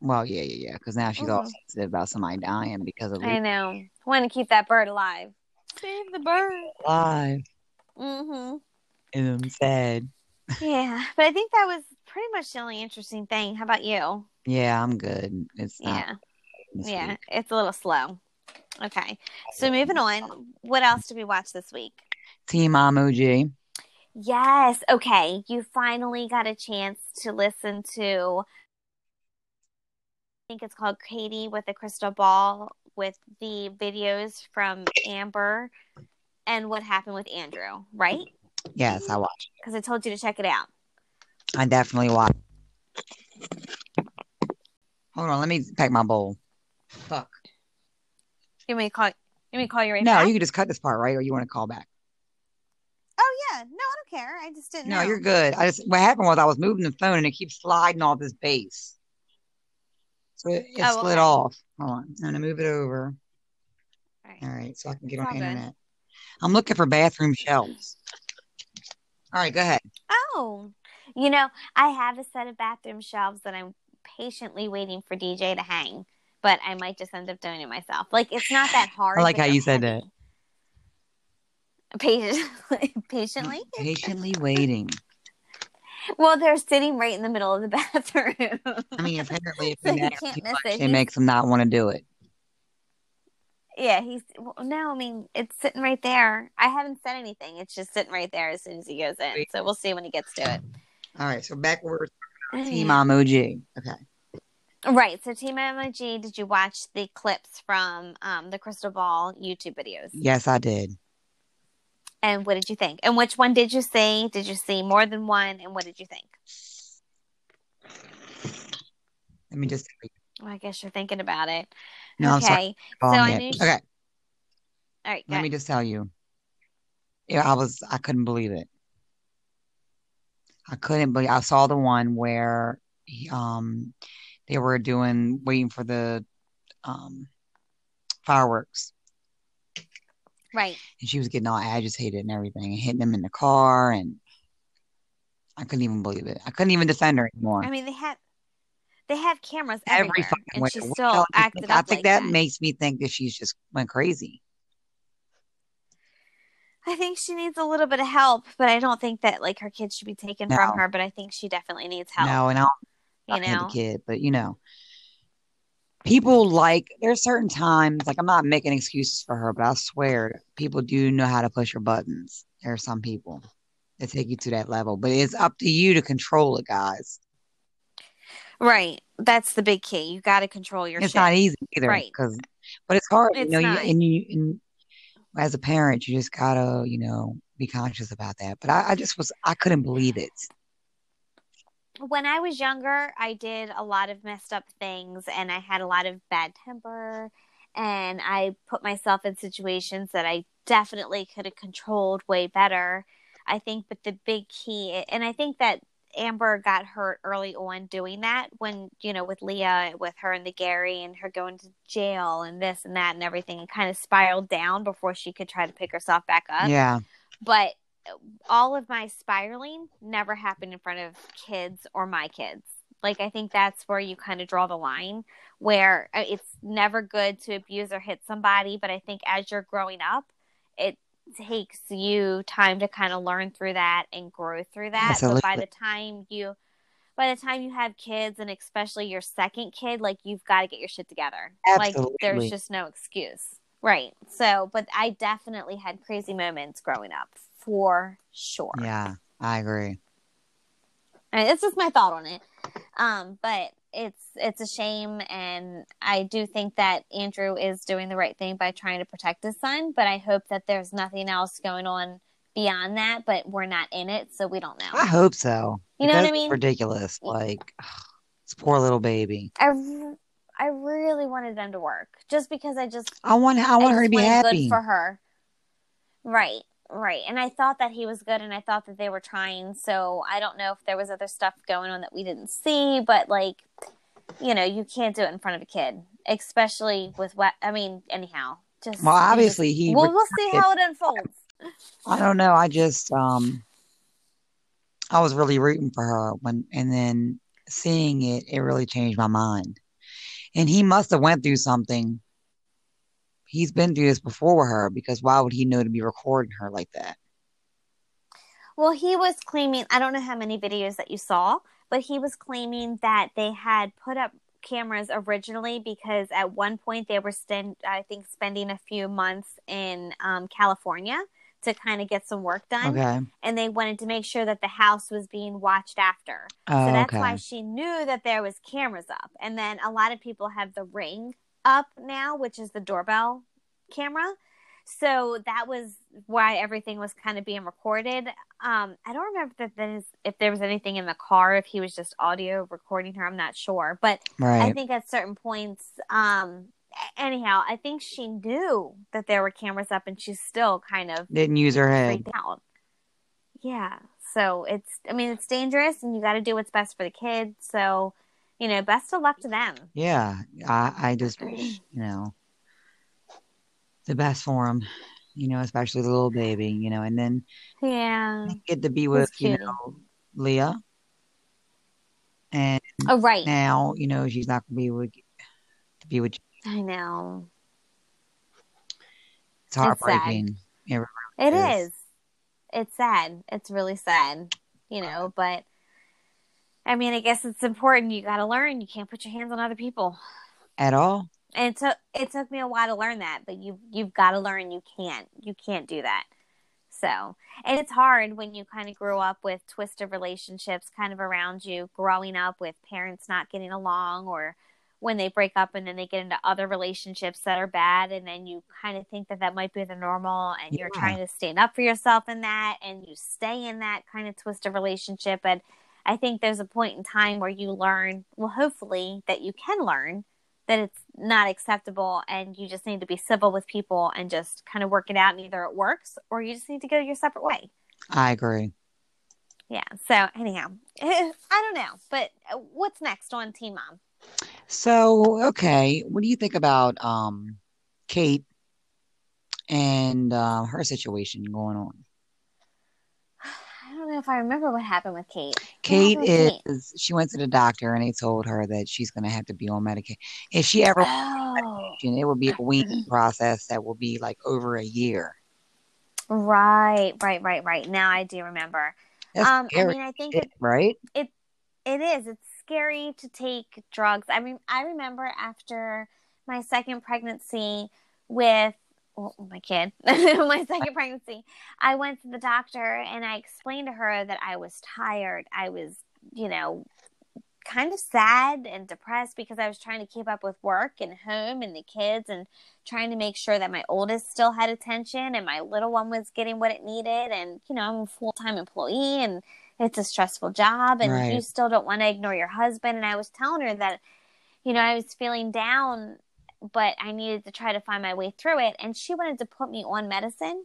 Speaker 1: well, yeah, yeah, yeah. Because now she's all
Speaker 2: Mhm.
Speaker 1: sensitive about somebody dying because of
Speaker 2: I know. Want to keep that bird alive. Save the bird.
Speaker 1: live.
Speaker 2: Mm-hmm.
Speaker 1: And I'm sad.
Speaker 2: Yeah, but I think that was pretty much the only interesting thing. How about you?
Speaker 1: Yeah, I'm good. It's not.
Speaker 2: yeah,
Speaker 1: this
Speaker 2: yeah,
Speaker 1: week.
Speaker 2: it's a little slow. Okay, so moving on. What else did we watch this week?
Speaker 1: Team Emoji.
Speaker 2: Yes, okay, you finally got a chance to listen to. I think it's called Katie with a Crystal Ball with the videos from Amber and what happened with Andrew, right?
Speaker 1: Yes, I watched.
Speaker 2: Because I told you to check it out.
Speaker 1: I definitely watched. Hold on. Let me pack my bowl. Fuck.
Speaker 2: You want me to call? You want me to call you right
Speaker 1: No,
Speaker 2: back?
Speaker 1: you can just cut this part, right? Or you want to call back?
Speaker 2: Oh yeah, no, I don't care. I just didn't.
Speaker 1: No,
Speaker 2: know.
Speaker 1: you're good. I just what happened was I was moving the phone and it keeps sliding off this base, so it, it
Speaker 2: Oh,
Speaker 1: slid
Speaker 2: okay.
Speaker 1: off. Hold on, I'm gonna move it over.
Speaker 2: All right.
Speaker 1: All right, so I can get
Speaker 2: It's all
Speaker 1: on the
Speaker 2: good.
Speaker 1: internet. I'm looking for bathroom shelves. All right, go ahead.
Speaker 2: Oh, you know, I have a set of bathroom shelves that I'm patiently waiting for DJ to hang, but I might just end up doing it myself. Like it's not that
Speaker 1: [laughs]
Speaker 2: hard.
Speaker 1: I like
Speaker 2: but
Speaker 1: how
Speaker 2: they're
Speaker 1: you said that.
Speaker 2: heavy. Patient- [laughs] patiently.
Speaker 1: Patiently waiting.
Speaker 2: Well, they're sitting right in the middle of the [laughs] bathroom.
Speaker 1: I mean, apparently, if
Speaker 2: [laughs] So
Speaker 1: you
Speaker 2: you
Speaker 1: ask
Speaker 2: can't
Speaker 1: too
Speaker 2: miss
Speaker 1: much,
Speaker 2: it.
Speaker 1: it
Speaker 2: He's-
Speaker 1: makes them not want to do it.
Speaker 2: yeah, he's well, no. I mean, it's sitting right there. I haven't said anything. It's just sitting right there as soon as he goes in. So we'll see when he gets to it.
Speaker 1: All right, so back where we're
Speaker 2: [laughs]
Speaker 1: Team Emoji. Okay.
Speaker 2: [clears throat] Right. So Team MOG, did you watch the clips from um, the Crystal Ball YouTube videos?
Speaker 1: Yes, I did.
Speaker 2: And what did you think? And which one did you see? Did you see more than one? And what did you think?
Speaker 1: Let me just.
Speaker 2: Well, I guess you're thinking about it.
Speaker 1: No, I'm
Speaker 2: okay.
Speaker 1: sorry.
Speaker 2: So
Speaker 1: Wrong
Speaker 2: I
Speaker 1: yet.
Speaker 2: knew she-
Speaker 1: Okay.
Speaker 2: All right.
Speaker 1: Let
Speaker 2: Good.
Speaker 1: me just tell you. Yeah, I was I couldn't believe it. I couldn't believe I saw the one where he, um they were doing waiting for the um fireworks
Speaker 2: Right.
Speaker 1: and she was getting all agitated and everything and hitting them in the car and I couldn't even believe it. I couldn't even defend her anymore.
Speaker 2: I mean, they have they have cameras
Speaker 1: Every
Speaker 2: everywhere,
Speaker 1: fucking
Speaker 2: and
Speaker 1: way.
Speaker 2: she
Speaker 1: What
Speaker 2: still
Speaker 1: else do you
Speaker 2: acted
Speaker 1: think?
Speaker 2: up
Speaker 1: I think
Speaker 2: like
Speaker 1: that,
Speaker 2: that.
Speaker 1: makes me think that she's just went crazy.
Speaker 2: I think she needs a little bit of help, but I don't think that like her kids should be taken
Speaker 1: No.
Speaker 2: from her. But I think she definitely needs help.
Speaker 1: No, and I don't
Speaker 2: you
Speaker 1: I had a
Speaker 2: know.
Speaker 1: kid, but you know, people like there's certain times like I'm not making excuses for her, but I swear people do know how to push her buttons. There are some people that take you to that level, but it's up to you to control it, guys.
Speaker 2: Right. That's the big key. You got to control your.
Speaker 1: it's
Speaker 2: shit.
Speaker 1: not easy either,
Speaker 2: Right.
Speaker 1: Because, but it's hard, you
Speaker 2: It's
Speaker 1: know. You,
Speaker 2: not.
Speaker 1: and you, and as a parent, you just gotta, you know, be conscious about that. But I, I just was, I couldn't believe it.
Speaker 2: when I was younger, I did a lot of messed up things and I had a lot of bad temper and I put myself in situations that I definitely could have controlled way better. I think but the big key and I think that Amber got hurt early on doing that when, you know, with Leah with her and the Gary and her going to jail and this and that and everything and kind of spiraled down before she could try to pick herself back up
Speaker 1: Yeah,
Speaker 2: but all of my spiraling never happened in front of kids or my kids like i think that's where you kind of draw the line where uh, it's never good to abuse or hit somebody but i think as you're growing up it takes you time to kind of learn through that and grow through that but by
Speaker 1: Absolutely.
Speaker 2: the time you by the time you have kids and especially your second kid like you've got to get your shit together like
Speaker 1: Absolutely.
Speaker 2: there's just no excuse right so but i definitely had crazy moments growing up for sure
Speaker 1: yeah, I agree.
Speaker 2: and it's just my thought on it um but it's it's a shame and I do think that Andrew is doing the right thing by trying to protect his son, but I hope that there's nothing else going on beyond that, but we're not in it, so we don't know.
Speaker 1: I hope so.
Speaker 2: You know what I
Speaker 1: Ah, That's
Speaker 2: mean?
Speaker 1: Ridiculous. Like [sighs] ugh, this poor little baby.
Speaker 2: I, r- I really wanted them to work just because I just
Speaker 1: I want I want her to
Speaker 2: just
Speaker 1: be
Speaker 2: wanted
Speaker 1: happy.
Speaker 2: good for her. Right, right. And I thought that he was good, and I thought that they were trying. So I don't know if there was other stuff going on that we didn't see, but like, you know, you can't do it in front of a kid, especially with what I mean. Anyhow, just
Speaker 1: Well,
Speaker 2: you just-
Speaker 1: obviously he.
Speaker 2: Well, we'll see
Speaker 1: retired.
Speaker 2: how it unfolds.
Speaker 1: I don't know. I just um, I was really rooting for her when, and then seeing it, it really changed my mind. And he must have went through something. He's been through this before with her because why would he know to be recording her like that?
Speaker 2: Well, he was claiming, I don't know how many videos that you saw, but he was claiming that they had put up cameras originally because at one point they were, sten- I think, spending a few months in um, California to kind of get some work done.
Speaker 1: Okay.
Speaker 2: And they wanted to make sure that the house was being watched after.
Speaker 1: Oh,
Speaker 2: so that's
Speaker 1: okay.
Speaker 2: why she knew that there was cameras up. And then a lot of people have the ring up now, which is the doorbell camera. So that was why everything was kind of being recorded. Um, I don't remember if there, is, if there was anything in the car, if he was just audio recording her. I'm not sure, but I
Speaker 1: right.
Speaker 2: think at certain points, um, a- anyhow, I think she knew that there were cameras up, and she's still kind of
Speaker 1: Didn't use her head.
Speaker 2: freaked out. Yeah. So it's, I mean, it's dangerous and you got to do what's best for the kids. So, you know, best of luck to them.
Speaker 1: Yeah. I, I just, wish, you know, the best for him, you know, especially the little baby, you know, and then
Speaker 2: Yeah.
Speaker 1: get to be with, you
Speaker 2: cutie.
Speaker 1: know, Leah. And
Speaker 2: Oh, right.
Speaker 1: now, you know, she's not going to be with, to be with
Speaker 2: I know.
Speaker 1: It's heartbreaking. It really
Speaker 2: It
Speaker 1: Yes.
Speaker 2: is. It's sad. It's really sad, you know, but I mean, I guess it's important. You got to learn. You can't put your hands on other people.
Speaker 1: At all.
Speaker 2: And it took it took me a while to learn that, but you you've got to learn you can't you can't do that. So, and it's hard when you kind of grow up with twisted relationships kind of around you, growing up with parents not getting along or when they break up and then they get into other relationships that are bad and then you kind of think that that might be the normal and you're
Speaker 1: Yeah.
Speaker 2: trying to stand up for yourself in that and you stay in that kind of twisted relationship and I think there's a point in time where you learn, well hopefully that you can learn that it's not acceptable and you just need to be civil with people and just kind of work it out and either it works or you just need to go your separate way
Speaker 1: I agree.
Speaker 2: yeah so anyhow [laughs] i don't know but uh, what's next on team mom [sighs]
Speaker 1: So, okay, what do you think about um Kate and uh, her situation going on?
Speaker 2: i don't know if i remember what happened with kate
Speaker 1: Kate
Speaker 2: happened
Speaker 1: is
Speaker 2: with
Speaker 1: she went to the doctor and they told her that she's going to have to be on medication. If she ever
Speaker 2: oh
Speaker 1: it will be a weaning
Speaker 2: mm-hmm.
Speaker 1: process that will be like over a year.
Speaker 2: Oh, right right right right now i do remember
Speaker 1: That's
Speaker 2: um i
Speaker 1: scary,
Speaker 2: mean i think it
Speaker 1: shit, right?
Speaker 2: it is it's scary to take drugs i mean i remember after my second pregnancy with well, my kid [laughs] my second pregnancy i went to the doctor and i explained to her that i was tired i was you know kind of sad and depressed because i was trying to keep up with work and home and the kids and trying to make sure that my oldest still had attention and my little one was getting what it needed and you know i'm a full-time employee and it's a stressful job and
Speaker 1: Right.
Speaker 2: you still don't want to ignore your husband and i was telling her that you know i was feeling down but i needed to try to find my way through it and she wanted to put me on medicine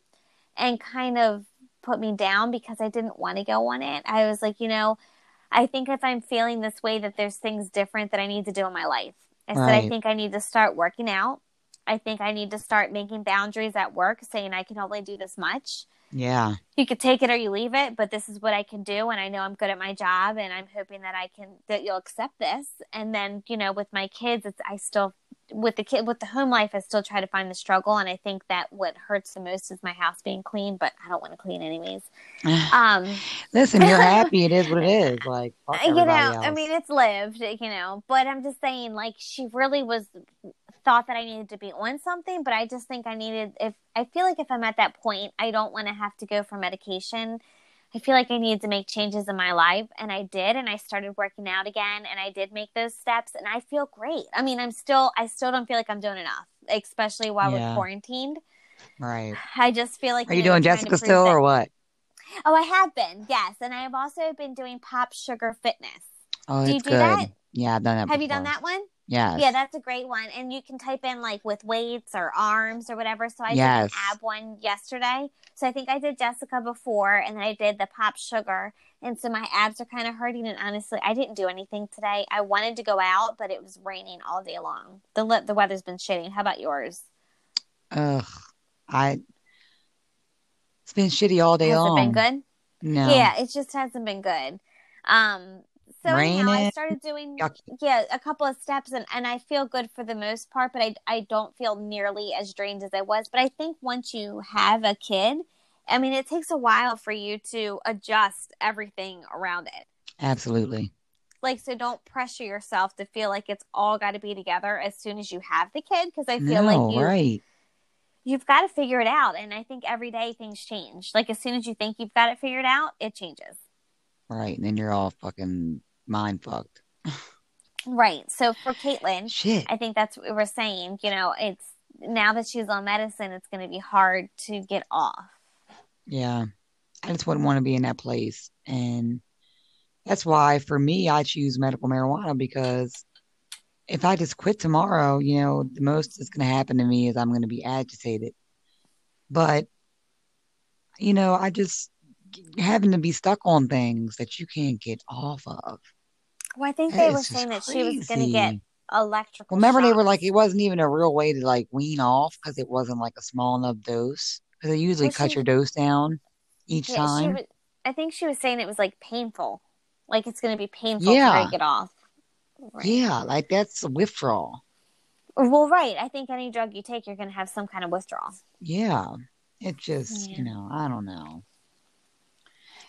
Speaker 2: and kind of put me down because i didn't want to go on it i was like you know i think if i'm feeling this way that there's things different that i need to do in my life i said
Speaker 1: Right.
Speaker 2: i think i need to start working out i think i need to start making boundaries at work saying i can only do this much
Speaker 1: Yeah.
Speaker 2: you could take it or you leave it, but this is what I can do. And I know I'm good at my job and I'm hoping that I can, that you'll accept this. And then, you know, with my kids, it's, I still, with the kid, with the home life, I still try to find the struggle. And I think that what hurts the most is my house being clean, but I don't want to clean anyways. Um,
Speaker 1: Listen,
Speaker 2: [laughs]
Speaker 1: you're happy. It is what it is. Like, fuck
Speaker 2: Uh, you know,
Speaker 1: everybody
Speaker 2: I
Speaker 1: else.
Speaker 2: mean, it's lived, you know, but I'm just saying, like, she really was thought that I needed to be on something, but I just think I needed, if I feel like if I'm at that point, I don't want to have to go for medication I feel like I needed to make changes in my life, and I did, and I started working out again, and I did make those steps, and I feel great. I mean, I'm still, I still don't feel like I'm doing enough, especially while
Speaker 1: Yeah.
Speaker 2: we're quarantined.
Speaker 1: Right.
Speaker 2: I just feel like
Speaker 1: Are you
Speaker 2: know,
Speaker 1: doing
Speaker 2: trying to
Speaker 1: Jessica
Speaker 2: prove
Speaker 1: still
Speaker 2: that-
Speaker 1: or what?
Speaker 2: Oh, I have been, yes, and I have also been doing Pop Sugar Fitness.
Speaker 1: Oh,
Speaker 2: Do you
Speaker 1: it's
Speaker 2: do
Speaker 1: good.
Speaker 2: that?
Speaker 1: Yeah, I've done that.
Speaker 2: Have you done
Speaker 1: before.
Speaker 2: that one?
Speaker 1: Yes.
Speaker 2: Yeah, that's a great one. And you can type in like with weights or arms or whatever. So I
Speaker 1: Yes.
Speaker 2: did an ab one yesterday. So I think I did Jessica before and then I did the pop sugar. And so my abs are kind of hurting. And honestly, I didn't do anything today. I wanted to go out, but it was raining all day long. The, le- the weather's been shitty. How about yours?
Speaker 1: Ugh. I. It's been shitty all day
Speaker 2: Has
Speaker 1: long.
Speaker 2: it been
Speaker 1: No.
Speaker 2: good? Yeah, it just hasn't been good. Um, so anyhow, I
Speaker 1: Raining.
Speaker 2: started doing
Speaker 1: Yucky.
Speaker 2: yeah a couple of steps and, and i feel good for the most part but I, I don't feel nearly as drained as i was but i think once you have a kid i mean it takes a while for you to adjust everything around it
Speaker 1: Absolutely.
Speaker 2: like so don't pressure yourself to feel like it's all got to be together as soon as you have the kid because i
Speaker 1: no,
Speaker 2: feel like you
Speaker 1: right.
Speaker 2: you've got to figure it out and i think every day things change like as soon as you think you've got it figured out it changes
Speaker 1: Right. And then you're all fucking mind fucked.
Speaker 2: right so for caitlin
Speaker 1: Shit.
Speaker 2: I think that's what we were saying. You know, it's now that she's on medicine, it's going to be hard to get off.
Speaker 1: Yeah. I just wouldn't want to be in that place. And that's why for me, I choose medical marijuana because if I just quit tomorrow, you know, the most that's going to happen to me is I'm going to be agitated. But, you know, I just having to be stuck on things that you can't get off of.
Speaker 2: Well, I think
Speaker 1: That
Speaker 2: they were
Speaker 1: is just
Speaker 2: saying that she was going to get
Speaker 1: crazy.
Speaker 2: electrical.
Speaker 1: Remember, they were
Speaker 2: shocks.
Speaker 1: like, it wasn't even a real way to like wean off because it wasn't like a small enough dose. Because they usually
Speaker 2: Well,
Speaker 1: cut
Speaker 2: she-
Speaker 1: your dose down each
Speaker 2: yeah, she
Speaker 1: time.
Speaker 2: was. I think she was saying it was like painful, like it's going to be painful for her
Speaker 1: Yeah.
Speaker 2: to get off. Right.
Speaker 1: Yeah, like that's a withdrawal.
Speaker 2: Well, right. I think any drug you take, you're going to have some kind of withdrawal.
Speaker 1: Yeah. It just,
Speaker 2: Yeah.
Speaker 1: you know, I don't know.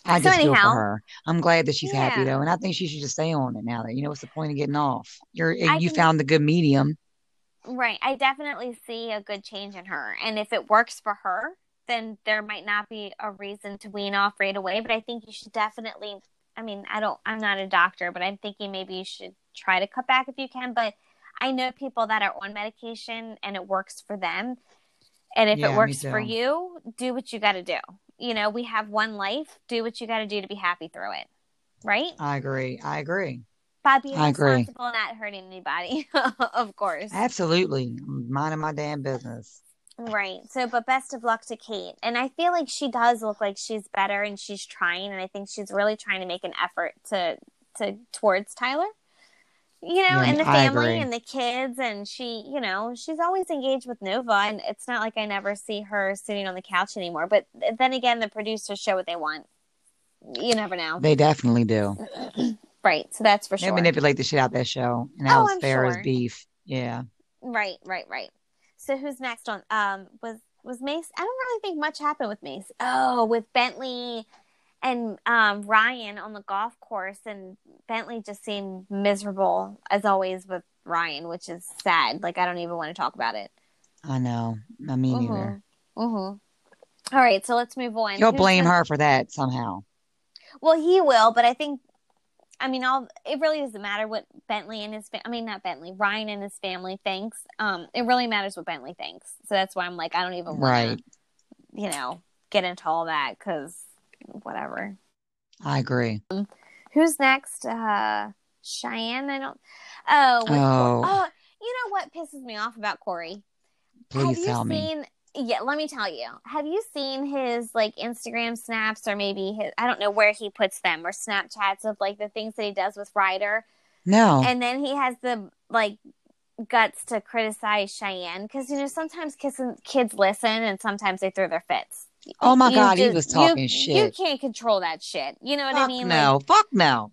Speaker 1: I
Speaker 2: So
Speaker 1: just feel
Speaker 2: anyhow-
Speaker 1: for her. I'm glad that she's happy though,
Speaker 2: Yeah.
Speaker 1: and I think she should just stay on it now. That you know, what's the point of getting off? You're eh,
Speaker 2: I
Speaker 1: you
Speaker 2: can-
Speaker 1: found the good medium.
Speaker 2: Right. I definitely see a good change in her. And if it works for her, then there might not be a reason to wean off right away. But I think you should definitely, I mean, I don't, I'm not a doctor, but I'm thinking maybe you should try to cut back if you can. But I know people that are on medication and it works for them. And if
Speaker 1: Yeah,
Speaker 2: it
Speaker 1: me
Speaker 2: works for
Speaker 1: too.
Speaker 2: you, do what you got to do. You know, we have one life, do what you got to do to be happy through it. Right?
Speaker 1: I agree. I agree.
Speaker 2: By being
Speaker 1: I agree.
Speaker 2: responsible and not hurting anybody, [laughs] of course.
Speaker 1: Absolutely, I'm minding my damn business.
Speaker 2: Right. So, but best of luck to Kate. And I feel like she does look like she's better and she's trying. And I think she's really trying to make an effort to, to, towards Tyler, you know,
Speaker 1: Yeah,
Speaker 2: and the
Speaker 1: I
Speaker 2: family
Speaker 1: agree.
Speaker 2: and the kids. And she, you know, she's always engaged with Nova. And it's not like I never see her sitting on the couch anymore. But then again, the producers show what they want. You never know.
Speaker 1: They definitely do.
Speaker 2: Right. So that's for
Speaker 1: They
Speaker 2: sure.
Speaker 1: manipulate the shit out that show, and
Speaker 2: Oh,
Speaker 1: that was
Speaker 2: I'm
Speaker 1: fair as
Speaker 2: sure.
Speaker 1: beef. Yeah,
Speaker 2: Right, right, right. So who's next on? Um, was was Mace? I don't really think much happened with Mace. Oh, with Bentley and um Ryan on the golf course, and Bentley just seemed miserable as always with Ryan, which is sad. Like I don't even want to talk about it.
Speaker 1: I know. I mean,
Speaker 2: Uh-huh.
Speaker 1: neither.
Speaker 2: Mhm. All right, so let's move on.
Speaker 1: You'll
Speaker 2: Who's
Speaker 1: blame
Speaker 2: the-
Speaker 1: her for that somehow.
Speaker 2: Well, he will, but I think, I mean, all it really doesn't matter what Bentley and his, fa- I mean, not Bentley, Ryan and his family thinks. Um, it really matters what Bentley thinks. So that's why I'm like, I don't even want
Speaker 1: Right.
Speaker 2: to, you know, get into all that because whatever.
Speaker 1: I agree.
Speaker 2: Who's next? Uh, Cheyenne. I don't. Oh, with Cor-
Speaker 1: Oh.
Speaker 2: oh, you know what pisses me off about Corey?
Speaker 1: Please
Speaker 2: have
Speaker 1: tell
Speaker 2: you
Speaker 1: me.
Speaker 2: seen? Yeah, let me tell you. Have you seen his like Instagram snaps or maybe his? I don't know where he puts them or Snapchats of like the things that he does with Ryder,
Speaker 1: No.
Speaker 2: and then he has the like guts to criticize Cheyenne because you know sometimes kids kids listen and sometimes they throw their fits.
Speaker 1: oh my
Speaker 2: You
Speaker 1: god, he
Speaker 2: just-
Speaker 1: was
Speaker 2: you-
Speaker 1: talking shit.
Speaker 2: You can't control that shit. You know what
Speaker 1: fuck
Speaker 2: I mean? Like,
Speaker 1: no. fuck no.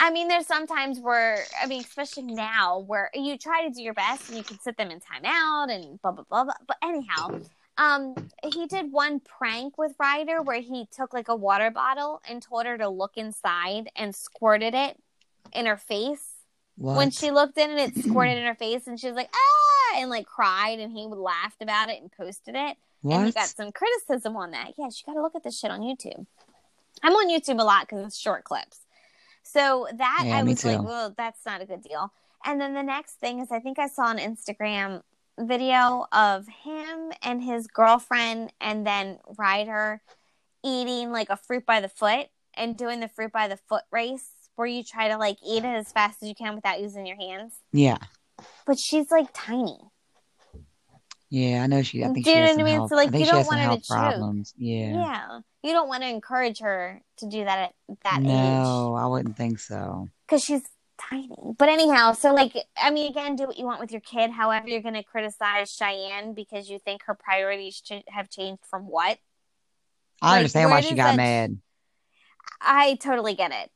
Speaker 2: I mean, there's sometimes where I mean, especially now, where you try to do your best and you can sit them in timeout and blah blah blah. blah. But anyhow, um, he did one prank with Ryder where he took like a water bottle and told her to look inside and squirted it in her face.
Speaker 1: What?
Speaker 2: When she looked in and it squirted in her face, and she was like ah, and like cried, and he laughed about it and posted it, and he
Speaker 1: what?
Speaker 2: got some criticism on that. Yeah, you got to look at this shit on YouTube. I'm on YouTube a lot because it's short clips. So that
Speaker 1: Yeah,
Speaker 2: I
Speaker 1: me
Speaker 2: was like,
Speaker 1: too.
Speaker 2: well, that's not a good deal. And then the next thing is, I think I saw an Instagram video of him and his girlfriend and then Ryder eating like a fruit by the foot and doing the fruit by the foot race where you try to like eat it as fast as you can without using your hands.
Speaker 1: Yeah.
Speaker 2: But she's like tiny.
Speaker 1: Yeah, I know she. I think
Speaker 2: Do
Speaker 1: she
Speaker 2: you
Speaker 1: has
Speaker 2: know what
Speaker 1: some
Speaker 2: I mean?
Speaker 1: health.
Speaker 2: So, like,
Speaker 1: I think
Speaker 2: you
Speaker 1: she
Speaker 2: don't
Speaker 1: has some
Speaker 2: want her to
Speaker 1: health
Speaker 2: choke.
Speaker 1: problems. Yeah.
Speaker 2: Yeah. You don't want to encourage her to do that at that age.
Speaker 1: no, I wouldn't think so.
Speaker 2: because she's tiny. But anyhow, so like, I mean, again, do what you want with your kid. However, you're going to criticize Cheyenne because you think her priorities ch- have changed from what?
Speaker 1: I
Speaker 2: Like,
Speaker 1: understand why
Speaker 2: where
Speaker 1: she
Speaker 2: does
Speaker 1: got
Speaker 2: that-
Speaker 1: mad.
Speaker 2: I totally get it.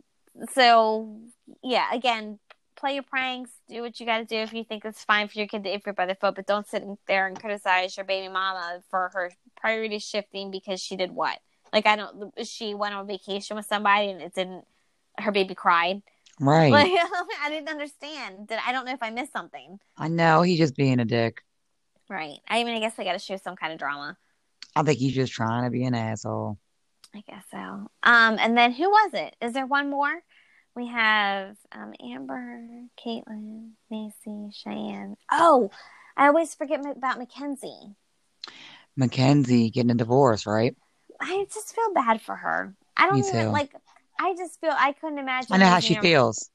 Speaker 2: So, yeah, again, play your pranks, do what you got to do if you think it's fine for your kid to eat fruit by the foot, but don't sit in there and criticize your baby mama for her priorities shifting because she did what? Like, I don't, she went on vacation with somebody and it didn't, her baby cried.
Speaker 1: Right.
Speaker 2: [laughs] Like, [laughs] I didn't understand. Did, I don't know if I missed something.
Speaker 1: I know he's just being a dick.
Speaker 2: Right. I mean, I guess they got to show some kind of drama.
Speaker 1: I think he's just trying to be an asshole.
Speaker 2: I guess so. Um, and then who was it? Is there one more? We have um, Amber, Caitlin, Macy, Cheyenne. Oh, I always forget m- about Mackenzie.
Speaker 1: Mackenzie getting a divorce, right?
Speaker 2: I just feel bad for her. I don't
Speaker 1: Me
Speaker 2: even
Speaker 1: too.
Speaker 2: like. I just feel I couldn't imagine.
Speaker 1: I know how
Speaker 2: losing
Speaker 1: she
Speaker 2: your-
Speaker 1: feels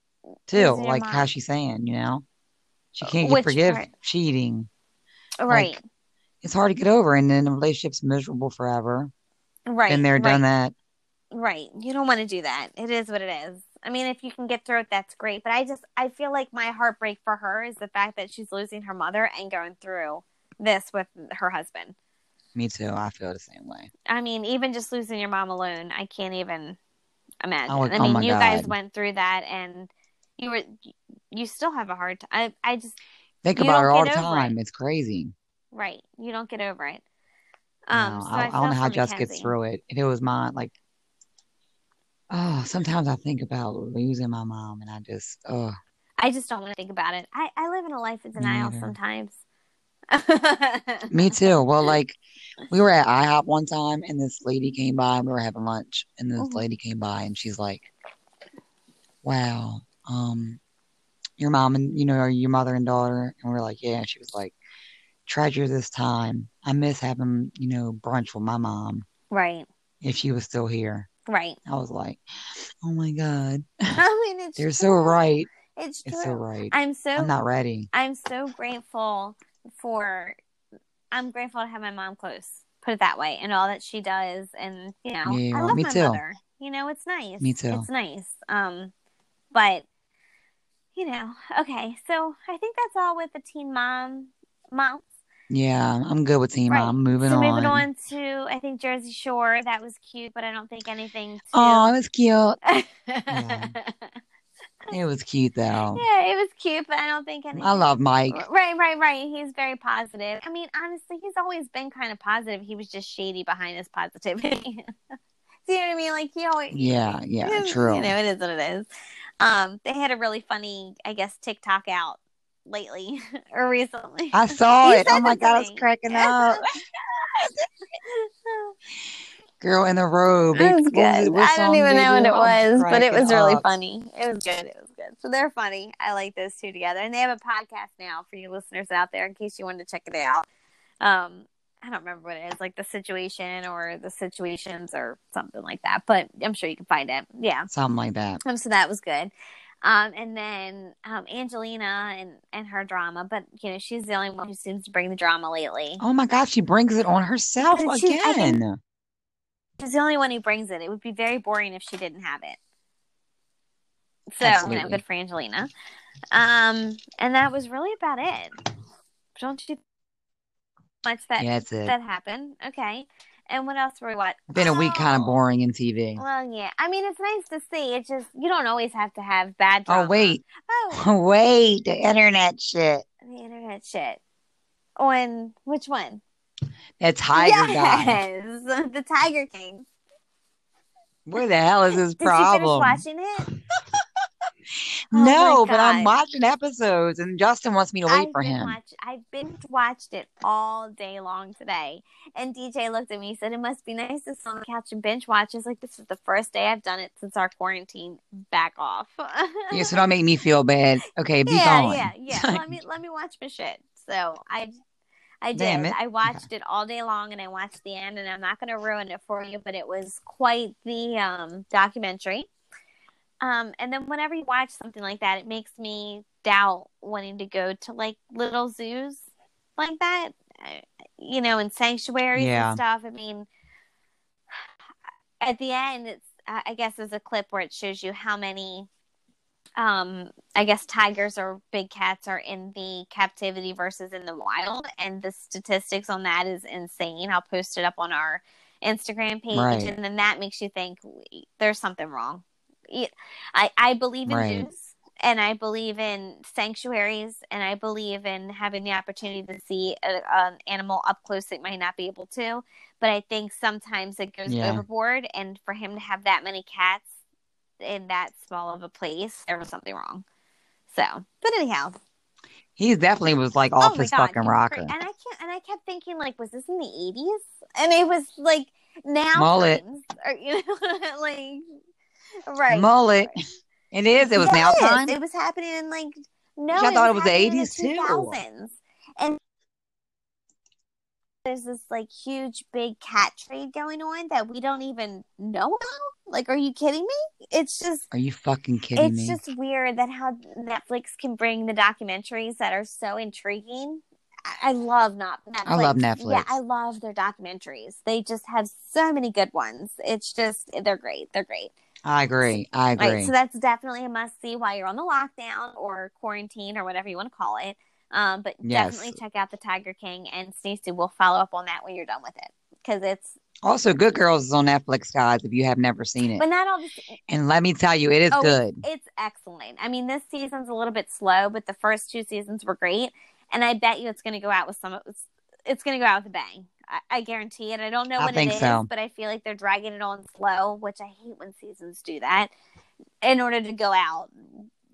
Speaker 1: too.
Speaker 2: losing your
Speaker 1: Like how
Speaker 2: mom.
Speaker 1: she's saying, you know, she
Speaker 2: Uh,
Speaker 1: can't
Speaker 2: which
Speaker 1: get forgive
Speaker 2: part?
Speaker 1: cheating.
Speaker 2: Right,
Speaker 1: It's hard to get over, and then the relationship's miserable forever.
Speaker 2: right,
Speaker 1: Been there,
Speaker 2: right,
Speaker 1: done that.
Speaker 2: right. You don't want to do that. It is what it is. I mean, if you can get through it, that's great. But I just I feel like my heartbreak for her is the fact that she's losing her mother and going through this with her husband.
Speaker 1: Me too. I feel the same way.
Speaker 2: I mean, even just losing your mom alone, I can't even imagine.
Speaker 1: Oh,
Speaker 2: I
Speaker 1: oh
Speaker 2: mean,
Speaker 1: my
Speaker 2: you guys
Speaker 1: God.
Speaker 2: went through that, and you were you still have a hard time. I, I just
Speaker 1: Think
Speaker 2: You
Speaker 1: about
Speaker 2: don't
Speaker 1: her all the
Speaker 2: get over it.
Speaker 1: time. It's crazy.
Speaker 2: right, you don't get over it.
Speaker 1: no,
Speaker 2: Um, so I,
Speaker 1: I, I don't
Speaker 2: feel
Speaker 1: know how
Speaker 2: for
Speaker 1: Jess gets
Speaker 2: Mackenzie.
Speaker 1: through it. If it was mine, like, oh, sometimes I think about losing my mom, and I just, oh,
Speaker 2: I just don't want to think about it. I I live in a life of denial
Speaker 1: neither.
Speaker 2: sometimes. [laughs]
Speaker 1: Me too. Well, like we were at IHOP one time and this lady came by and we were having lunch and this
Speaker 2: Mhm.
Speaker 1: lady came by and she's like, Wow, um, your mom and you know, are your mother and daughter? And we are like, Yeah. And she was like, Treasure this time. I miss having, you know, brunch with my mom
Speaker 2: right,
Speaker 1: if she was still here.
Speaker 2: right. [laughs]
Speaker 1: I was like, Oh my God.
Speaker 2: I mean, it's
Speaker 1: They're
Speaker 2: true.
Speaker 1: so right.
Speaker 2: It's true.
Speaker 1: It's so right.
Speaker 2: I'm so
Speaker 1: I'm not ready.
Speaker 2: I'm so grateful for I'm grateful to have my mom close, put it that way, and all that she does and you know
Speaker 1: Yeah,
Speaker 2: I
Speaker 1: well,
Speaker 2: love
Speaker 1: me
Speaker 2: my
Speaker 1: too.
Speaker 2: mother. You know, it's nice.
Speaker 1: Me too.
Speaker 2: It's nice. Um but you know, okay, so I think that's all with the teen mom moms.
Speaker 1: Yeah, I'm good with team.
Speaker 2: Right.
Speaker 1: I'm moving
Speaker 2: so
Speaker 1: on.
Speaker 2: moving on to I think Jersey Shore, that was cute, but I don't think anything too
Speaker 1: Oh, it was
Speaker 2: [laughs]
Speaker 1: cute. yeah.
Speaker 2: yeah,
Speaker 1: It was cute though.
Speaker 2: it was cute, but I don't think anything
Speaker 1: I love Mike.
Speaker 2: Right, right, right. He's very positive. I mean, honestly, he's always been kind of positive. He was just shady behind his positivity. [laughs] Do you know what I mean? Like he always,
Speaker 1: Yeah, yeah,
Speaker 2: you
Speaker 1: true.
Speaker 2: know, it is what it is. Um, they had a really funny, I guess, TikTok out lately [laughs] or recently.
Speaker 1: I saw
Speaker 2: You
Speaker 1: it. Oh
Speaker 2: said
Speaker 1: my
Speaker 2: it to
Speaker 1: god, I was
Speaker 2: me. [laughs]
Speaker 1: cracking up. Girl in the robe.
Speaker 2: It
Speaker 1: It
Speaker 2: was good. I don't even know what it was, but it was really funny. It was good. It was good. So they're funny. I like those two together, and they have a podcast now for you listeners out there in case you wanted to check it out. Um, I don't remember what it is, like the situation or the situations or something like that. But I'm sure you can find it. Yeah.
Speaker 1: Something like that.
Speaker 2: Um, so that was good. Um, and then um, Angelina and and her drama, but you know she's the only one who seems to bring the drama lately.
Speaker 1: Oh my god, she brings it on herself
Speaker 2: And she- I think-
Speaker 1: again.
Speaker 2: She's the only one who brings it. It would be very boring if she didn't have it. So you know,
Speaker 1: Absolutely.
Speaker 2: good for Angelina. Um, and that was really about it. Don't you much that
Speaker 1: Yeah, that's it.
Speaker 2: that happened? Okay. And what else were we watching?
Speaker 1: Been a week kind of boring in TV.
Speaker 2: Well, yeah. I mean, it's nice to see. It's just you don't always have to have bad. Drama.
Speaker 1: Oh wait, [laughs]
Speaker 2: Oh,
Speaker 1: wait, the internet shit.
Speaker 2: the internet shit. On which one?
Speaker 1: That tiger guy.
Speaker 2: yes, [laughs] the Tiger King.
Speaker 1: Where the hell is his
Speaker 2: [laughs] Did
Speaker 1: problem?
Speaker 2: you finish watching it? Oh my
Speaker 1: no, but I'm
Speaker 2: God.
Speaker 1: watching episodes, and Justin wants me to wait
Speaker 2: I've
Speaker 1: for
Speaker 2: been
Speaker 1: him.
Speaker 2: Watch, I binge watched it all day long today. And DJ looked at me and said, It must be nice to sit on the couch and binge watch. It's like, This is the first day I've done it since our quarantine. Back off. [laughs]
Speaker 1: yeah, so don't make me feel bad. Okay, be
Speaker 2: yeah,
Speaker 1: gone. [laughs]
Speaker 2: yeah, yeah. let me let me watch my shit. So I, I did.
Speaker 1: Damn it.
Speaker 2: I watched it all day long, and I watched the end. And I'm not going to ruin it for you, but it was quite the um, documentary. Um, and then whenever you watch something like that, it makes me doubt wanting to go to like little zoos like that, I- you know, and sanctuaries
Speaker 1: Yeah.
Speaker 2: and stuff. I mean, [sighs] at the end, it's I I guess there's a clip where it shows you how many um i guess tigers or big cats are in the captivity versus in the wild and the statistics on that is insane i'll post it up on our instagram page
Speaker 1: Right.
Speaker 2: and then that makes you think "Wait, there's something wrong Y- i i believe in
Speaker 1: Right.
Speaker 2: zoos and i believe in sanctuaries and i believe in having the opportunity to see a, an animal up close that might not be able to but i think sometimes it goes
Speaker 1: Yeah.
Speaker 2: overboard and for him to have that many cats in that small of a place, there was something wrong. So, but anyhow,
Speaker 1: He definitely was like off
Speaker 2: oh my
Speaker 1: his
Speaker 2: God,
Speaker 1: fucking
Speaker 2: he's
Speaker 1: rocker.
Speaker 2: great. And I can't, and I kept thinking, like, was this in the eighties? And it was like now
Speaker 1: Mullet.
Speaker 2: times, or you know, [laughs] like right,
Speaker 1: Mullet. It is. It was now
Speaker 2: Yes,
Speaker 1: time.
Speaker 2: It was happening in like no,
Speaker 1: I thought it was the
Speaker 2: happening in
Speaker 1: 80s, too.
Speaker 2: 2000s. And there's this like huge big cat trade going on that we don't even know about. Like, are you kidding me? It's just
Speaker 1: Are you fucking kidding
Speaker 2: it's
Speaker 1: me?
Speaker 2: just weird that how Netflix can bring the documentaries that are so intriguing. I, I love not Netflix.
Speaker 1: I love
Speaker 2: Yeah,
Speaker 1: Netflix.
Speaker 2: I love their documentaries. They just have so many good ones. It's just they're great. They're great.
Speaker 1: I agree. I agree.
Speaker 2: Right. So that's definitely a must see while you're on the lockdown or quarantine or whatever you want to call it. Um, but
Speaker 1: Yes.
Speaker 2: definitely check out the Tiger King and Stacey will follow up on that when you're done with it because it's
Speaker 1: also, Good Girls is on Netflix, guys. If you have never seen it,
Speaker 2: but not all the
Speaker 1: and let me tell you, it is
Speaker 2: Oh,
Speaker 1: good.
Speaker 2: it's excellent. I mean, this season's a little bit slow, but the first two seasons were great, and I bet you it's going to go out with some. It's, it's going to go out with a bang. I, I guarantee it. I don't know
Speaker 1: I
Speaker 2: when
Speaker 1: think
Speaker 2: it is,
Speaker 1: so.
Speaker 2: but I feel like they're dragging it on slow, which I hate when seasons do that. In order to go out,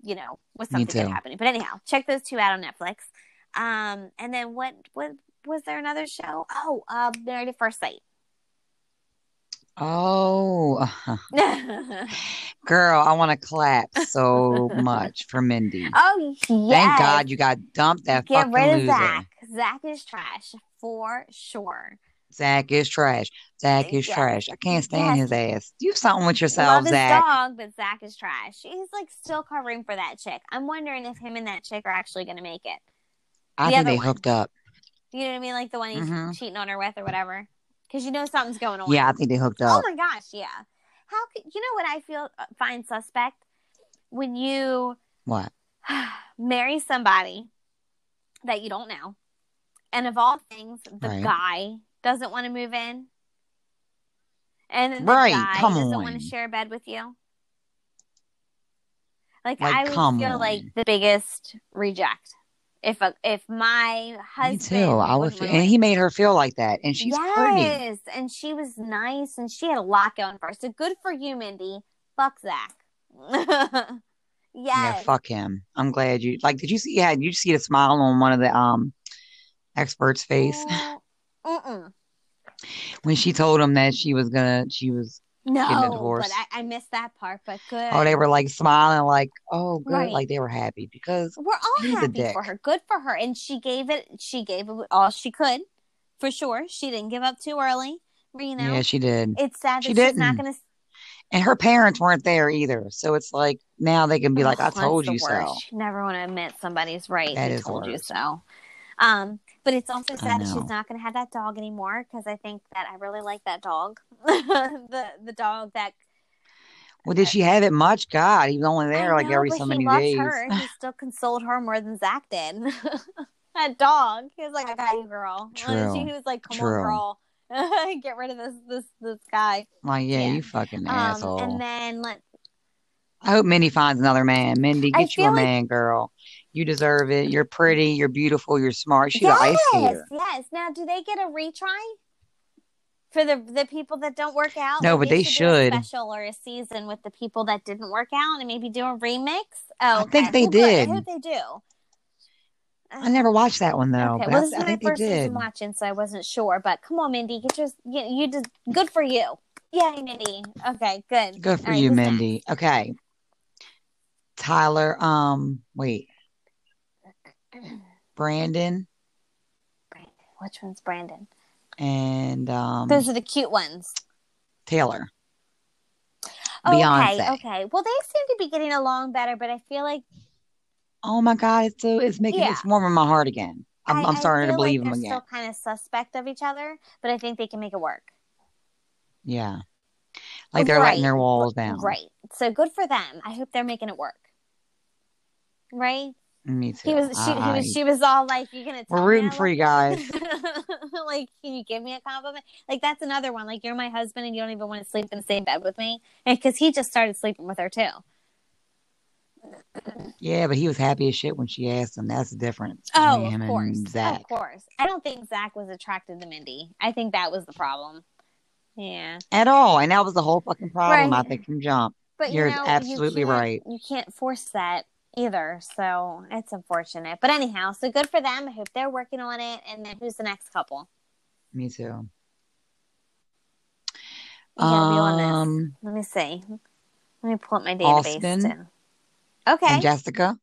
Speaker 2: you know, with
Speaker 1: Me
Speaker 2: something good
Speaker 1: too.
Speaker 2: happening. But anyhow, check those two out on Netflix. Um, and then what? What was there another show? Oh, uh, Married at First Sight. [laughs]
Speaker 1: Oh, [laughs]
Speaker 2: Oh,
Speaker 1: girl, I want to clap so much for Mindy.
Speaker 2: oh, yes.
Speaker 1: Thank God you got dumped that
Speaker 2: Get
Speaker 1: fucking
Speaker 2: rid of
Speaker 1: loser.
Speaker 2: Zach. Zach is trash for sure.
Speaker 1: Zach is trash. Zach is
Speaker 2: Yeah.
Speaker 1: trash. I can't stand
Speaker 2: Yes.
Speaker 1: his ass. Do something with
Speaker 2: Love
Speaker 1: yourself,
Speaker 2: his
Speaker 1: Zach.
Speaker 2: dog, but Zach is trash. He's like still covering for that chick. I'm wondering if him and that chick are actually going to make it.
Speaker 1: I
Speaker 2: The
Speaker 1: think
Speaker 2: other
Speaker 1: they
Speaker 2: one.
Speaker 1: hooked up.
Speaker 2: You know what I mean? Like the one he's
Speaker 1: Mhm.
Speaker 2: cheating on her with or whatever. Because you know something's going on.
Speaker 1: Yeah, I think they hooked
Speaker 2: Oh
Speaker 1: up.
Speaker 2: my gosh. Yeah. How could you know what I feel uh, find suspect when you
Speaker 1: What?
Speaker 2: marry somebody that you don't know, and of all things, the
Speaker 1: Right.
Speaker 2: guy doesn't want to move in, and then the
Speaker 1: Right,
Speaker 2: guy
Speaker 1: come
Speaker 2: doesn't
Speaker 1: on.
Speaker 2: want to share a bed with you. Like,
Speaker 1: Like,
Speaker 2: I would
Speaker 1: come
Speaker 2: feel like
Speaker 1: on.
Speaker 2: the biggest reject if a, if my
Speaker 1: Me
Speaker 2: husband
Speaker 1: too. I would
Speaker 2: was
Speaker 1: feel,
Speaker 2: my
Speaker 1: and he made her feel like that, and she's pretty.
Speaker 2: yes, and she was nice, and she had a lot going for her. So good for you, Mindy. Fuck Zach. [laughs] yes.
Speaker 1: Yeah, fuck him. I'm glad you like. Did you see? Yeah, did you see the smile on one of the um experts' face
Speaker 2: Mm-mm.
Speaker 1: when she told him that she was gonna. She was. Getting a
Speaker 2: No,
Speaker 1: divorce.
Speaker 2: but I, I missed that part. But good.
Speaker 1: Oh, they were like smiling, like oh good,
Speaker 2: Right.
Speaker 1: like they were happy because
Speaker 2: We're all
Speaker 1: He's a
Speaker 2: happy
Speaker 1: dick.
Speaker 2: for her. Good for her. And she gave it. She gave it all she could, for sure. She didn't give up too early. You know,
Speaker 1: yeah, she did,
Speaker 2: it's sad that
Speaker 1: She
Speaker 2: she's not
Speaker 1: didn't.
Speaker 2: going to.
Speaker 1: and her parents weren't there either. So it's like now they can be
Speaker 2: Oh,
Speaker 1: like, I told you so.
Speaker 2: You never want to admit somebody's right.
Speaker 1: That
Speaker 2: They
Speaker 1: is
Speaker 2: told you
Speaker 1: worse.
Speaker 2: so. Um, but it's also sad that
Speaker 1: know.
Speaker 2: she's not going to have that dog anymore because I think that I really like that dog. [laughs] the the dog that
Speaker 1: Well, did she have it much? God, he was only
Speaker 2: I
Speaker 1: there like
Speaker 2: know,
Speaker 1: every
Speaker 2: but
Speaker 1: so
Speaker 2: he
Speaker 1: many
Speaker 2: loves
Speaker 1: days.
Speaker 2: her.
Speaker 1: [laughs]
Speaker 2: He still consoled her more than Zach did. [laughs] that dog. He was like, "I got you, girl." And she
Speaker 1: True.
Speaker 2: was like, "Come
Speaker 1: True.
Speaker 2: on, girl, [laughs] get rid of this this this guy."
Speaker 1: Like, yeah,
Speaker 2: Yeah.
Speaker 1: you fucking asshole.
Speaker 2: Um, and then let
Speaker 1: I hope Mindy finds another man. Mindy,
Speaker 2: I
Speaker 1: get you a
Speaker 2: feel like-
Speaker 1: man, girl. You deserve it. You're pretty. You're beautiful. You're smart. She's an ice
Speaker 2: yes,
Speaker 1: skater.
Speaker 2: yes. Now, do they get a retry? for the the people that don't work out.
Speaker 1: No,
Speaker 2: like,
Speaker 1: but they
Speaker 2: do a
Speaker 1: should.
Speaker 2: special or a season with the people that didn't work out and maybe do a remix. Oh,
Speaker 1: I think
Speaker 2: okay.
Speaker 1: they
Speaker 2: Well, good.
Speaker 1: did.
Speaker 2: I hope they do.
Speaker 1: I never watched that one though.
Speaker 2: okay,
Speaker 1: but
Speaker 2: well,
Speaker 1: I-
Speaker 2: this is
Speaker 1: I,
Speaker 2: my
Speaker 1: think they
Speaker 2: first season
Speaker 1: did.
Speaker 2: watching, so I wasn't sure. But come on, Mindy, get your you, you did good for you. Yay, Mindy. Okay, good.
Speaker 1: Good for
Speaker 2: All right,
Speaker 1: you,
Speaker 2: who's next?
Speaker 1: Mindy. Okay. Tyler, um, wait, Brandon
Speaker 2: Brandon. Which one's Brandon?
Speaker 1: and um
Speaker 2: Those are the cute ones.
Speaker 1: Taylor.
Speaker 2: Oh,
Speaker 1: Beyonce.
Speaker 2: Okay, okay. Well, they seem to be getting along better, but I feel like
Speaker 1: Oh my God, it's so it's making
Speaker 2: Yeah.
Speaker 1: it's warming my heart again. I'm
Speaker 2: I-
Speaker 1: I'm
Speaker 2: I
Speaker 1: starting to
Speaker 2: feel like
Speaker 1: believe him
Speaker 2: they're
Speaker 1: again.
Speaker 2: Still kind of suspect of each other, but I think they can make it work.
Speaker 1: Yeah. Like they're letting their
Speaker 2: Right.
Speaker 1: walls down.
Speaker 2: Right. So good for them. I hope they're making it work. Right?
Speaker 1: Me too.
Speaker 2: He was. She, he
Speaker 1: I-
Speaker 2: was. She was all like, "You're gonna." Tell
Speaker 1: We're rooting for you guys.
Speaker 2: [laughs] like, can you give me a compliment? Like, that's another one. Like, you're my husband, and you don't even want to sleep in the same bed with me, and because he just started sleeping with her too.
Speaker 1: Yeah, but he was happy as shit when she asked him. That's the difference.
Speaker 2: Oh,
Speaker 1: between him
Speaker 2: of
Speaker 1: and
Speaker 2: course,
Speaker 1: Zach.
Speaker 2: of course. I don't think Zach was attracted to Mindy. I think that was the problem. Yeah.
Speaker 1: At all. And that was the whole fucking problem, I
Speaker 2: Right.
Speaker 1: think, from jump.
Speaker 2: But you
Speaker 1: You're
Speaker 2: know,
Speaker 1: absolutely
Speaker 2: you can't,
Speaker 1: right.
Speaker 2: You can't force that either, so it's unfortunate. But anyhow, so good for them. I hope they're working on it. And then who's the next couple?
Speaker 1: Me too.
Speaker 2: You gotta be on this.
Speaker 1: Um,
Speaker 2: Let me see. Let me pull up my database.
Speaker 1: Austin
Speaker 2: too. Okay,
Speaker 1: And Jessica,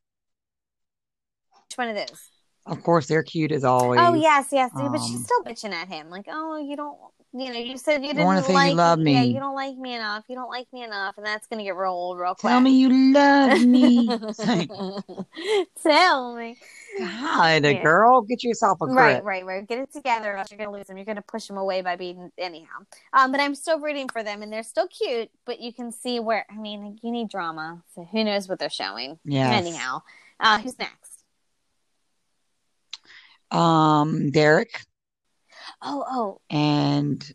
Speaker 2: which one of those?
Speaker 1: of course, they're cute as always.
Speaker 2: Oh yes, yes. but
Speaker 1: um,
Speaker 2: she's still bitching at him, like, "Oh, you don't, you know, you said you
Speaker 1: The
Speaker 2: didn't
Speaker 1: only thing you
Speaker 2: like
Speaker 1: love
Speaker 2: Yeah,
Speaker 1: me.
Speaker 2: you don't like me enough. You don't like me enough, and that's gonna get real old real quick.
Speaker 1: Tell me you love
Speaker 2: [laughs]
Speaker 1: me.
Speaker 2: Tell me.
Speaker 1: God,
Speaker 2: Yeah.
Speaker 1: girl, get yourself a grip.
Speaker 2: Right, right, right. Get it together, or else you're going to lose them. You're going to push them away by being anyhow. Um, but I'm still rooting for them, and they're still cute. But you can see where I mean, like, you need drama. So who knows what they're showing?
Speaker 1: Yes.
Speaker 2: Anyhow, uh, who's next?
Speaker 1: Um, Derek
Speaker 2: Oh, oh,
Speaker 1: and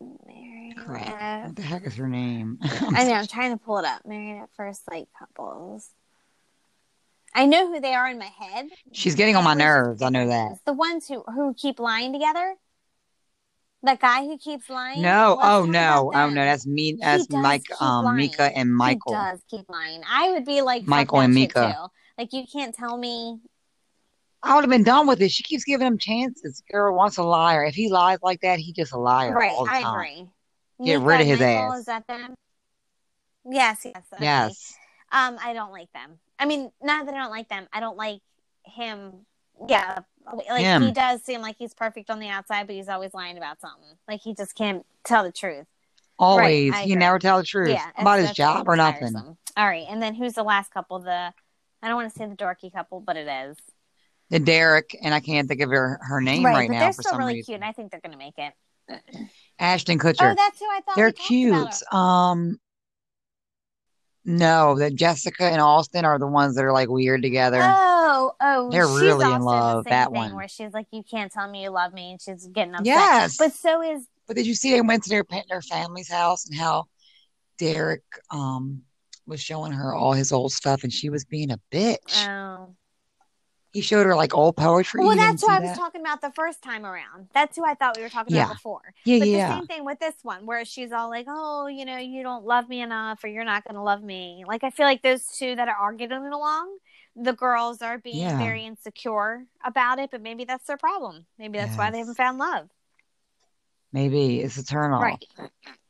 Speaker 2: Mary.
Speaker 1: crap.
Speaker 2: uh,
Speaker 1: What the heck is her name? [laughs]
Speaker 2: I know. I'm trying to pull it up. Married at first sight couples. I know who they are in my head.
Speaker 1: She's getting on my nerves. I know that.
Speaker 2: It's the ones who who keep lying together. The guy who keeps lying.
Speaker 1: No,
Speaker 2: Let's
Speaker 1: oh
Speaker 2: talk
Speaker 1: no,
Speaker 2: about
Speaker 1: oh
Speaker 2: them.
Speaker 1: no, that's me.
Speaker 2: He
Speaker 1: That's
Speaker 2: does
Speaker 1: Mike,
Speaker 2: keep
Speaker 1: um,
Speaker 2: lying.
Speaker 1: Mika and
Speaker 2: He
Speaker 1: Michael.
Speaker 2: does keep lying. I would be like fuck
Speaker 1: Michael and
Speaker 2: that shit,
Speaker 1: Mika.
Speaker 2: Too. Like you can't tell me.
Speaker 1: I would have been done with it. She keeps giving him chances. Girl wants a liar. If he lies like that, he just a liar
Speaker 2: Right,
Speaker 1: all the
Speaker 2: I
Speaker 1: time.
Speaker 2: agree.
Speaker 1: Get rid of his
Speaker 2: Michael,
Speaker 1: ass.
Speaker 2: Is that them? Yes, yes. okay.
Speaker 1: Yes,
Speaker 2: Um, I don't like them. I mean, not that I don't like them. I don't like him. Yeah, like
Speaker 1: Him.
Speaker 2: he does seem like he's perfect on the outside, but he's always lying about something. Like he just can't tell the truth.
Speaker 1: always.
Speaker 2: I
Speaker 1: he
Speaker 2: agree.
Speaker 1: never tell the truth
Speaker 2: Yeah,
Speaker 1: about
Speaker 2: that's-
Speaker 1: his
Speaker 2: that's
Speaker 1: job or nothing.
Speaker 2: tiresome. All right, and then who's the last couple? The I don't want to say the dorky couple, but it is.
Speaker 1: The Derek and I can't think of her her name right,
Speaker 2: but
Speaker 1: now
Speaker 2: they're
Speaker 1: for
Speaker 2: still
Speaker 1: some
Speaker 2: really
Speaker 1: reason.
Speaker 2: cute. And I think they're gonna make it.
Speaker 1: Ashton Kutcher.
Speaker 2: Oh, that's who I thought.
Speaker 1: They're
Speaker 2: we talked about.
Speaker 1: cute. Um, no, that Jessica and Austin are the ones that are like weird together.
Speaker 2: Oh, oh,
Speaker 1: They're
Speaker 2: she's
Speaker 1: really in
Speaker 2: also
Speaker 1: love,
Speaker 2: The same
Speaker 1: that
Speaker 2: thing
Speaker 1: one.
Speaker 2: where she's like, "You can't tell me you love me," and she's getting upset.
Speaker 1: Yes.
Speaker 2: but so is
Speaker 1: But did you see they went to their pa- their family's house and how Derek um was showing her all his old stuff and she was being a bitch.
Speaker 2: um.
Speaker 1: he showed her like old poetry.
Speaker 2: Well,
Speaker 1: You didn't
Speaker 2: that's who
Speaker 1: see
Speaker 2: I was
Speaker 1: that?
Speaker 2: talking about the first time around. That's who I thought we were talking
Speaker 1: Yeah.
Speaker 2: about before.
Speaker 1: Yeah,
Speaker 2: But
Speaker 1: yeah.
Speaker 2: the same thing with this one, where she's all like, "Oh, you know, you don't love me enough, or you're not going to love me." Like I feel like those two that are getting along, the girls are being
Speaker 1: Yeah.
Speaker 2: very insecure about it. But maybe that's their problem. Maybe that's why they
Speaker 1: Yes. Oh,
Speaker 2: haven't found love.
Speaker 1: Maybe it's a turn off.
Speaker 2: Right.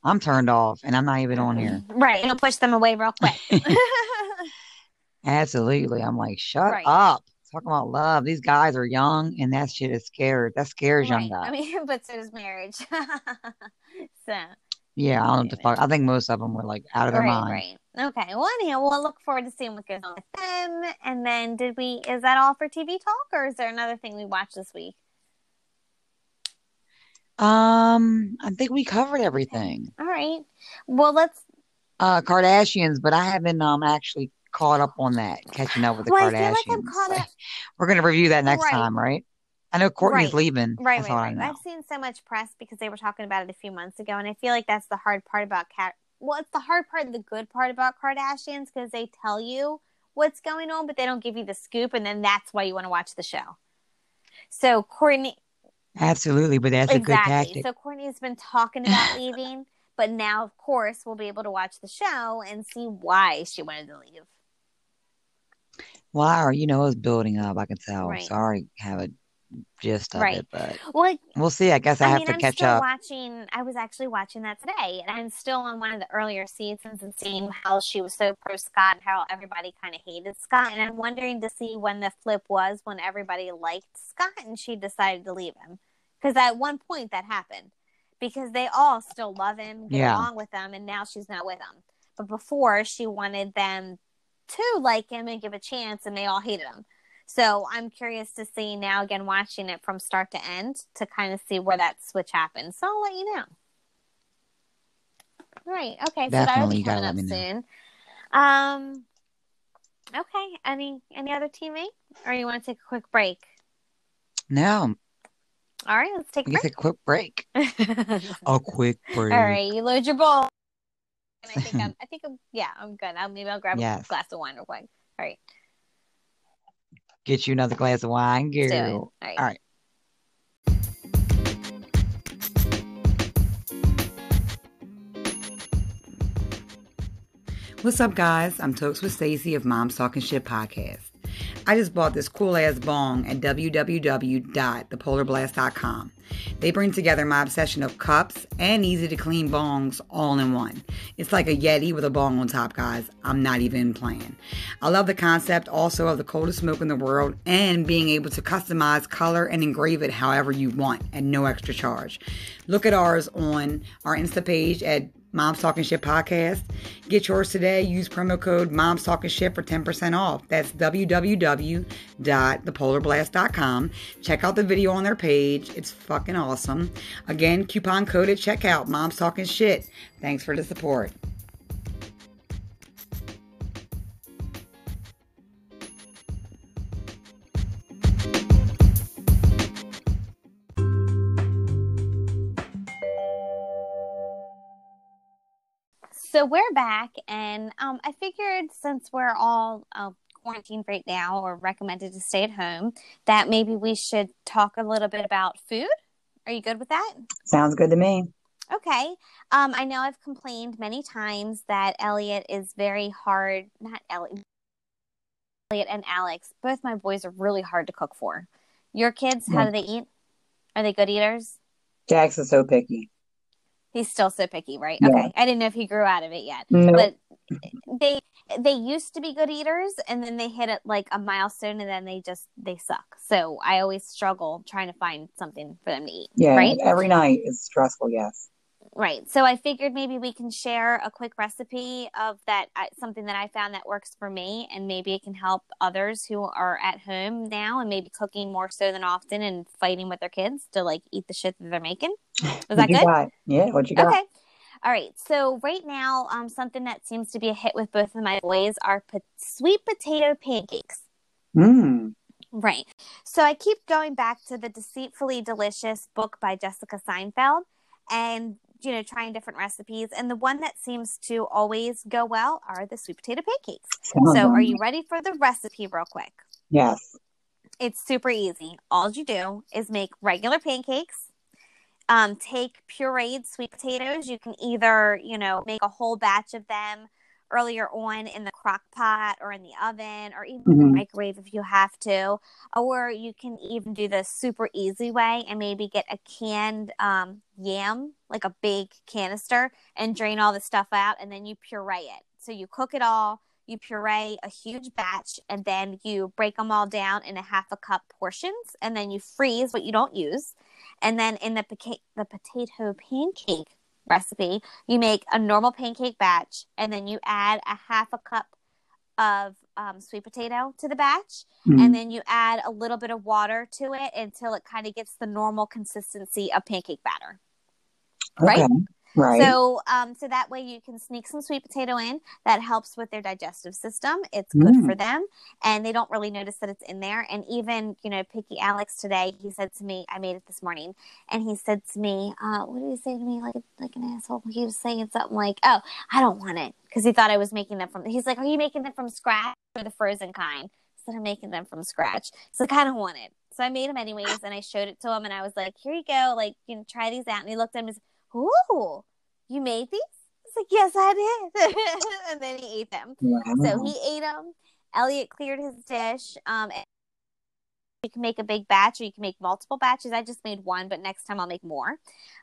Speaker 1: I'm turned off and I'm not even on here.
Speaker 2: [laughs] Right. It'll push them away real
Speaker 1: [laughs]
Speaker 2: quick.
Speaker 1: Absolutely. I'm like, shut
Speaker 2: Mm-hmm. Right.
Speaker 1: up. Talking about love. These guys are young and that shit is scared. That scares
Speaker 2: [laughs]
Speaker 1: young guys.
Speaker 2: I mean, but so does marriage. [laughs] so right,
Speaker 1: yeah, I don't know what the fuck. I think most of them were like out of their mind.
Speaker 2: right. Okay. Well, anyhow, we'll look forward to seeing what goes on with them. And then, did we? Is that all for TV talk, or is there another thing we watched this week?
Speaker 1: Um, I think we covered everything.
Speaker 2: All right. Well, let's.
Speaker 1: Uh, Kardashians, but I haven't um actually caught up on that, catching up with the
Speaker 2: Well, I feel
Speaker 1: Kardashians.
Speaker 2: like I'm caught up.
Speaker 1: We're gonna review that next
Speaker 2: Right.
Speaker 1: time, right? I know Courtney's
Speaker 2: Right.
Speaker 1: leaving.
Speaker 2: Right,
Speaker 1: That's
Speaker 2: right,
Speaker 1: all
Speaker 2: right.
Speaker 1: I know.
Speaker 2: I've seen so much press because they were talking about it a few months ago, and I feel like that's the hard part about cat. Well, it's the hard part, and the good part about Kardashians because they tell you what's going on, but they don't give you the scoop, and then that's why you want to watch the show. So Courtney,
Speaker 1: Absolutely, but that's a good tactic.
Speaker 2: exactly. So Courtney's been talking
Speaker 1: [laughs]
Speaker 2: about leaving, but now, of course, we'll be able to watch the show and see why she wanted to leave.
Speaker 1: Wow, you know, it's building up. I can tell.
Speaker 2: Right.
Speaker 1: So I already have a gist of
Speaker 2: Right.
Speaker 1: it, but
Speaker 2: Well,
Speaker 1: we'll see. I guess I, have
Speaker 2: mean,
Speaker 1: to
Speaker 2: I'm
Speaker 1: catch
Speaker 2: still
Speaker 1: up.
Speaker 2: watching. I was actually watching that today, and I'm still on one of the earlier seasons and seeing how she was so pro Scott and how everybody kind of hated Scott. And I'm wondering to see when the flip was when everybody liked Scott and she decided to leave him, because at one point that happened, because they all still love him, get
Speaker 1: Yeah.
Speaker 2: along with him, and now she's not with him. But before she wanted them to like him and give a chance, and they all hated him. So I'm curious to see now again watching it from start to end to kind of see where that switch happened. So I'll let you know. Right. Okay. so that'll
Speaker 1: Definitely,
Speaker 2: be
Speaker 1: you gotta
Speaker 2: coming up
Speaker 1: let me know.
Speaker 2: soon. Um Okay. Any any other teammate? Or you want to take a quick break?
Speaker 1: Now,
Speaker 2: All right, let's take
Speaker 1: I
Speaker 2: a
Speaker 1: guess a quick break.
Speaker 2: [laughs] break.
Speaker 1: A quick break.
Speaker 2: All right, you load your bowl. And I think I'm I think I'm yeah, I'm good. I'll maybe
Speaker 1: [laughs]
Speaker 2: I'll grab
Speaker 1: Yes.
Speaker 2: a glass of wine real quick. All right.
Speaker 1: Get you another glass of wine,
Speaker 2: let's do it.
Speaker 1: girl.
Speaker 2: All right.
Speaker 1: All right. What's up, guys? I'm Tokes with Stacey of Mom's Talking Shit Podcast. I just bought this cool ass bong at www.thepolarblast.com. They bring together my obsession of cups and easy to clean bongs all in one. It's like a Yeti with a bong on top, guys. I'm not even playing. I love the concept also of the coldest smoke in the world and being able to customize color and engrave it however you want at no extra charge. Look at ours on our Insta page at Mom's Talking Shit podcast. Get yours today. Use promo code Mom's Talking Shit for 10% off. That's www.thepolarblast.com. Check out the video on their page. It's fucking awesome. Again, coupon code at checkout Mom's Talking Shit. Thanks for the support.
Speaker 2: So we're back, and um, I figured since we're all uh, quarantined right now or recommended to stay at home, that maybe we should talk a little bit about food. Are you good with that?
Speaker 1: Sounds good to me.
Speaker 2: Okay. Um, I know I've complained many times that Elliot is very hard. Not Elliot. Elliot and Alex, both my boys are really hard to cook for. Your kids, how do they eat? Are they good eaters?
Speaker 1: Jax is so picky.
Speaker 2: He's still so picky, right?
Speaker 1: Yeah.
Speaker 2: Okay. I didn't know if he grew out of it yet.
Speaker 1: No.
Speaker 2: But they they used to be good eaters and then they hit it like a milestone and then they just they suck. So I always struggle trying to find something for them to eat.
Speaker 3: Yeah,
Speaker 2: Right?
Speaker 3: every night is stressful. Yes,
Speaker 2: Right. So I figured maybe we can share a quick recipe of that I- something that I found that works for me and maybe it can help others who are at home now and maybe cooking more so than often and fighting with their kids to like eat the shit that they're making. Is that
Speaker 3: what you
Speaker 2: good?
Speaker 3: got? Yeah, what you got?
Speaker 2: Okay. All right. So right now, um, something that seems to be a hit with both of my boys are po- sweet potato pancakes.
Speaker 3: Mm.
Speaker 2: Right. So I keep going back to the Deceitfully Delicious book by Jessica Seinfeld and, you know, trying different recipes. And the one that seems to always go well are the sweet potato pancakes.
Speaker 3: sounds
Speaker 2: So are
Speaker 3: yummy.
Speaker 2: you ready for the recipe real quick?
Speaker 3: Yes.
Speaker 2: It's super easy. All you do is make regular pancakes. Um, take pureed sweet potatoes. You can either, you know, make a whole batch of them earlier on in the crock pot or in the oven or even in the
Speaker 1: Mm-hmm.
Speaker 3: Mhm.
Speaker 2: microwave if you have to. Or you can even do the super easy way and maybe get a canned um, yam, like a big canister, and drain all the stuff out and then you puree it. So you cook it all, you puree a huge batch, and then you break them all down in a half a cup portions, and then you freeze what you don't use. And then in the, paca- the potato pancake recipe, you make a normal pancake batch, and then you add a half a cup of um, sweet potato to the batch,
Speaker 1: Mm-hmm.
Speaker 3: Mm.
Speaker 2: and then you add a little bit of water to it until it kind of gets the normal consistency of pancake batter. Right?
Speaker 3: Mm-hmm. Okay. Right.
Speaker 2: So, um, so that way you can sneak some sweet potato in. That helps with their digestive system. It's good
Speaker 3: Mm.
Speaker 2: for them, and they don't really notice that it's in there. And even you know, picky Alex today, he said to me, I made it this morning, and he said to me, uh, "What did he say to me? Like, like an asshole." He was saying something like, "Oh, I don't want it," because he thought I was making them from. He's like, "Are you making them from scratch or the frozen kind?" I said, "I'm making them from scratch." He's like, "I don't want it." So I made them anyways, and I showed it to him, and I was like, "Here you go, like you know, try these out." And he looked at him and was, "Ooh, you made these?" I was like, "Yes, I did." [laughs] Mm-hmm. and then he ate them. So
Speaker 1: Wow.
Speaker 2: he ate them. Elliot cleared his dish. Um, and you can make a big batch or you can make multiple batches. I just made one, but next time I'll make more.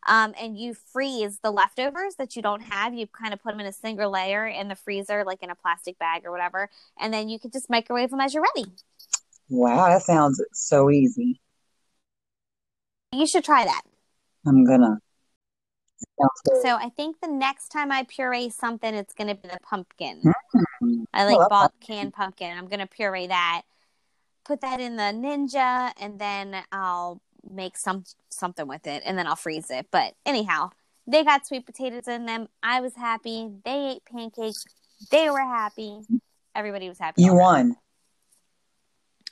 Speaker 2: Um, and you freeze the leftovers that you don't have. You kind of put them in a single layer in the freezer, like in a plastic bag or whatever. And then you can just microwave them as you're ready.
Speaker 1: wow, that sounds so easy.
Speaker 2: You should try that.
Speaker 1: I'm gonna. Sounds good.
Speaker 2: So I think the next time I puree something, it's going to be the pumpkin.
Speaker 1: Mm.
Speaker 2: I
Speaker 1: Oh,
Speaker 2: like
Speaker 1: that's
Speaker 2: bought canned pumpkin. I'm gonna puree that, put that in the ninja, and then I'll make some something with it, and then I'll freeze it. But anyhow, they got sweet potatoes in them. I was happy. They ate pancakes. They were happy. Everybody was happy.
Speaker 1: You
Speaker 2: all around.
Speaker 1: won.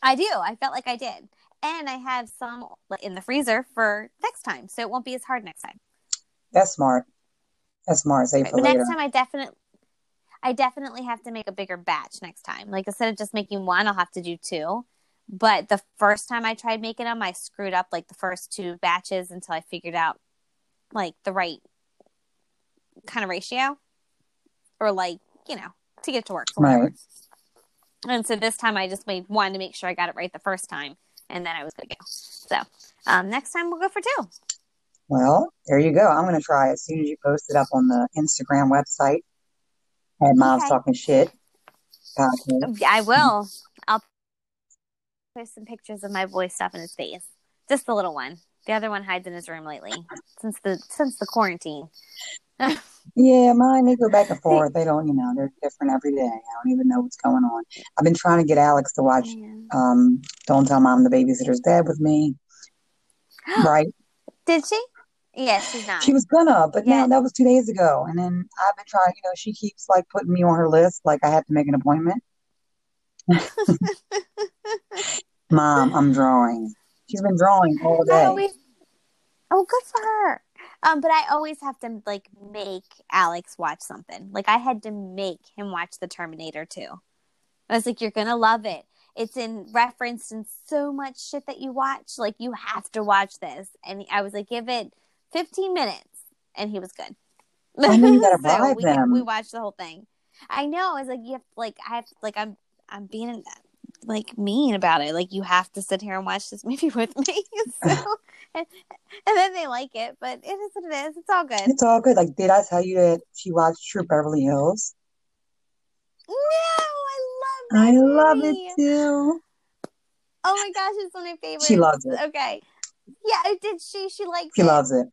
Speaker 2: I do. I felt like I did, and I have some in the freezer for next time, so it won't be as hard next time.
Speaker 1: That's smart. That's smart. Save
Speaker 2: Right,
Speaker 1: for
Speaker 2: but
Speaker 1: later.
Speaker 2: next time I definitely I definitely have to make a bigger batch next time. Like instead of just making one, I'll have to do two. But the first time I tried making them, I screwed up like the first two batches until I figured out like the right kind of ratio or like, you know, to get to work or whatever.
Speaker 1: Right.
Speaker 2: And so this time I just made one to make sure I got it right the first time and then I was good to go. So, um, next time we'll go for two.
Speaker 1: Well, there you go. I'm gonna try as soon as you post it up on the Instagram website at Mom's
Speaker 2: Okay.
Speaker 1: Talking Shit. podcast.
Speaker 2: I will. I'll post some pictures of my boy stuffing his face. Just the little one. The other one hides in his room lately since the since the quarantine.
Speaker 1: Yeah, mine they go back and forth. They don't, you know, they're different every day. I don't even know what's going on. I've been trying to get Alex to watch
Speaker 2: Mm.
Speaker 1: um Don't Tell Mom the Babysitter's Dead with
Speaker 2: [gasps]
Speaker 1: me. Right.
Speaker 2: Did she? Yes, she's not.
Speaker 1: She was gonna, but
Speaker 2: Yeah.
Speaker 1: now that was two days ago. And then I've been trying, you know, she keeps like putting me on her list, like I have to make an appointment. Mom, I'm drawing. She's been drawing all
Speaker 2: I
Speaker 1: day.
Speaker 2: always- oh, good for her. Um, but I always have to like make Alex watch something. Like I had to make him watch The Terminator too. I was like, "You're gonna love it. It's in referenced in so much shit that you watch. Like you have to watch this." And I was like, "Give it 15 minutes," and he was good.
Speaker 1: I know
Speaker 2: [laughs]
Speaker 1: you gotta bribe
Speaker 2: we,
Speaker 1: them.
Speaker 2: we watched the whole thing. I know. I was like, "You have like I have like I'm I'm being like mean about it. Like you have to sit here and watch this [laughs] movie with me."
Speaker 1: [laughs]
Speaker 2: so, and, and then they like it, but it is what it is. It's
Speaker 1: [laughs]
Speaker 2: all good.
Speaker 1: It's all good. Like, did I tell you that she watched True Beverly Hills?
Speaker 2: No, I love.
Speaker 1: I
Speaker 2: that
Speaker 1: love it
Speaker 2: movie.
Speaker 1: too.
Speaker 2: Oh my gosh, it's one of my favorites.
Speaker 1: She loves it.
Speaker 2: Okay. Yeah, I did she? She likes
Speaker 1: She
Speaker 2: it.
Speaker 1: loves it.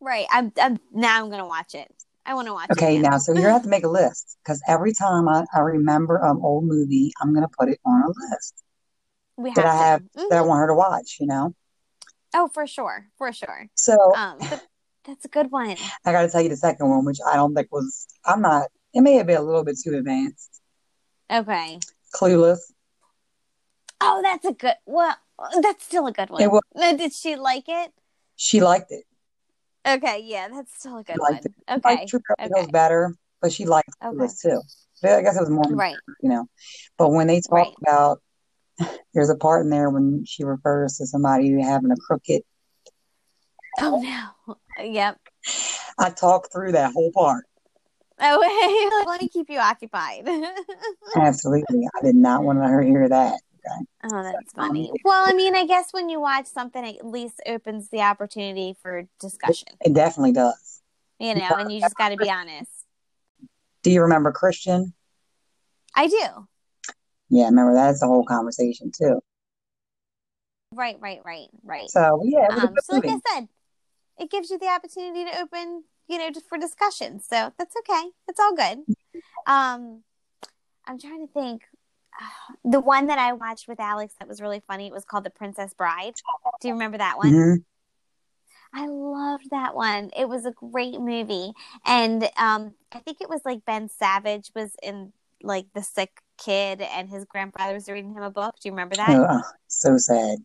Speaker 2: Right. I'm, I'm now I'm gonna watch it. I wanna watch
Speaker 1: Okay,
Speaker 2: it.
Speaker 1: now so you're gonna have to make a list because every time I, I remember an old movie, I'm gonna put it on a list
Speaker 2: we have
Speaker 1: that I
Speaker 2: to.
Speaker 1: have
Speaker 2: Mhm.
Speaker 1: that I want her to watch, you know?
Speaker 2: Oh for sure. For sure.
Speaker 1: So
Speaker 2: Um but that's a good one.
Speaker 1: I gotta tell you the second one, which I don't think was I'm not it may have been a little bit too advanced.
Speaker 2: Okay.
Speaker 1: Clueless.
Speaker 2: Oh that's a good well that's still a good one.
Speaker 1: It was
Speaker 2: Now, did she like it?
Speaker 1: she liked it.
Speaker 2: Okay, yeah, that's still a good one.
Speaker 1: Liked Like
Speaker 2: Okay.
Speaker 1: True Beverly Hills
Speaker 2: okay.
Speaker 1: better, but she liked
Speaker 2: Okay.
Speaker 1: Clueless too. But I guess it was more
Speaker 2: Right.
Speaker 1: you know. But when they talk
Speaker 2: Right.
Speaker 1: about [sighs] there's a part in there when she refers to somebody having a crooked
Speaker 2: Oh no. [laughs] Yep.
Speaker 1: I talked through that whole
Speaker 2: [laughs]
Speaker 1: part.
Speaker 2: Oh let me keep you occupied. [laughs]
Speaker 1: Absolutely. I did not want to let her hear that.
Speaker 2: Oh, that's
Speaker 1: um,
Speaker 2: funny.
Speaker 1: it-
Speaker 2: Well, I mean, I guess when you watch something, it at least opens the opportunity for discussion,
Speaker 1: It definitely does.
Speaker 2: you know, and you just got to be honest.
Speaker 1: Do you remember Christian?
Speaker 2: I do.
Speaker 1: Yeah, remember that's the whole conversation too.
Speaker 2: Right, right, right, right.
Speaker 1: So yeah, it was a
Speaker 2: Um,
Speaker 1: good
Speaker 2: so, like I
Speaker 1: movie.
Speaker 2: said, it gives you the opportunity to open, you know, just for discussion. So that's okay. It's all good. Um, I'm trying to think. [sighs] The one that I watched with Alex that was really funny, it was called The Princess Bride. Do you remember that one?
Speaker 1: Mhm.
Speaker 2: I loved that one. It was a great movie, and um, I think it was like Ben Savage was in like the sick kid, and his grandfather was reading him a book. Do you remember that?
Speaker 1: Oh, oh, so sad.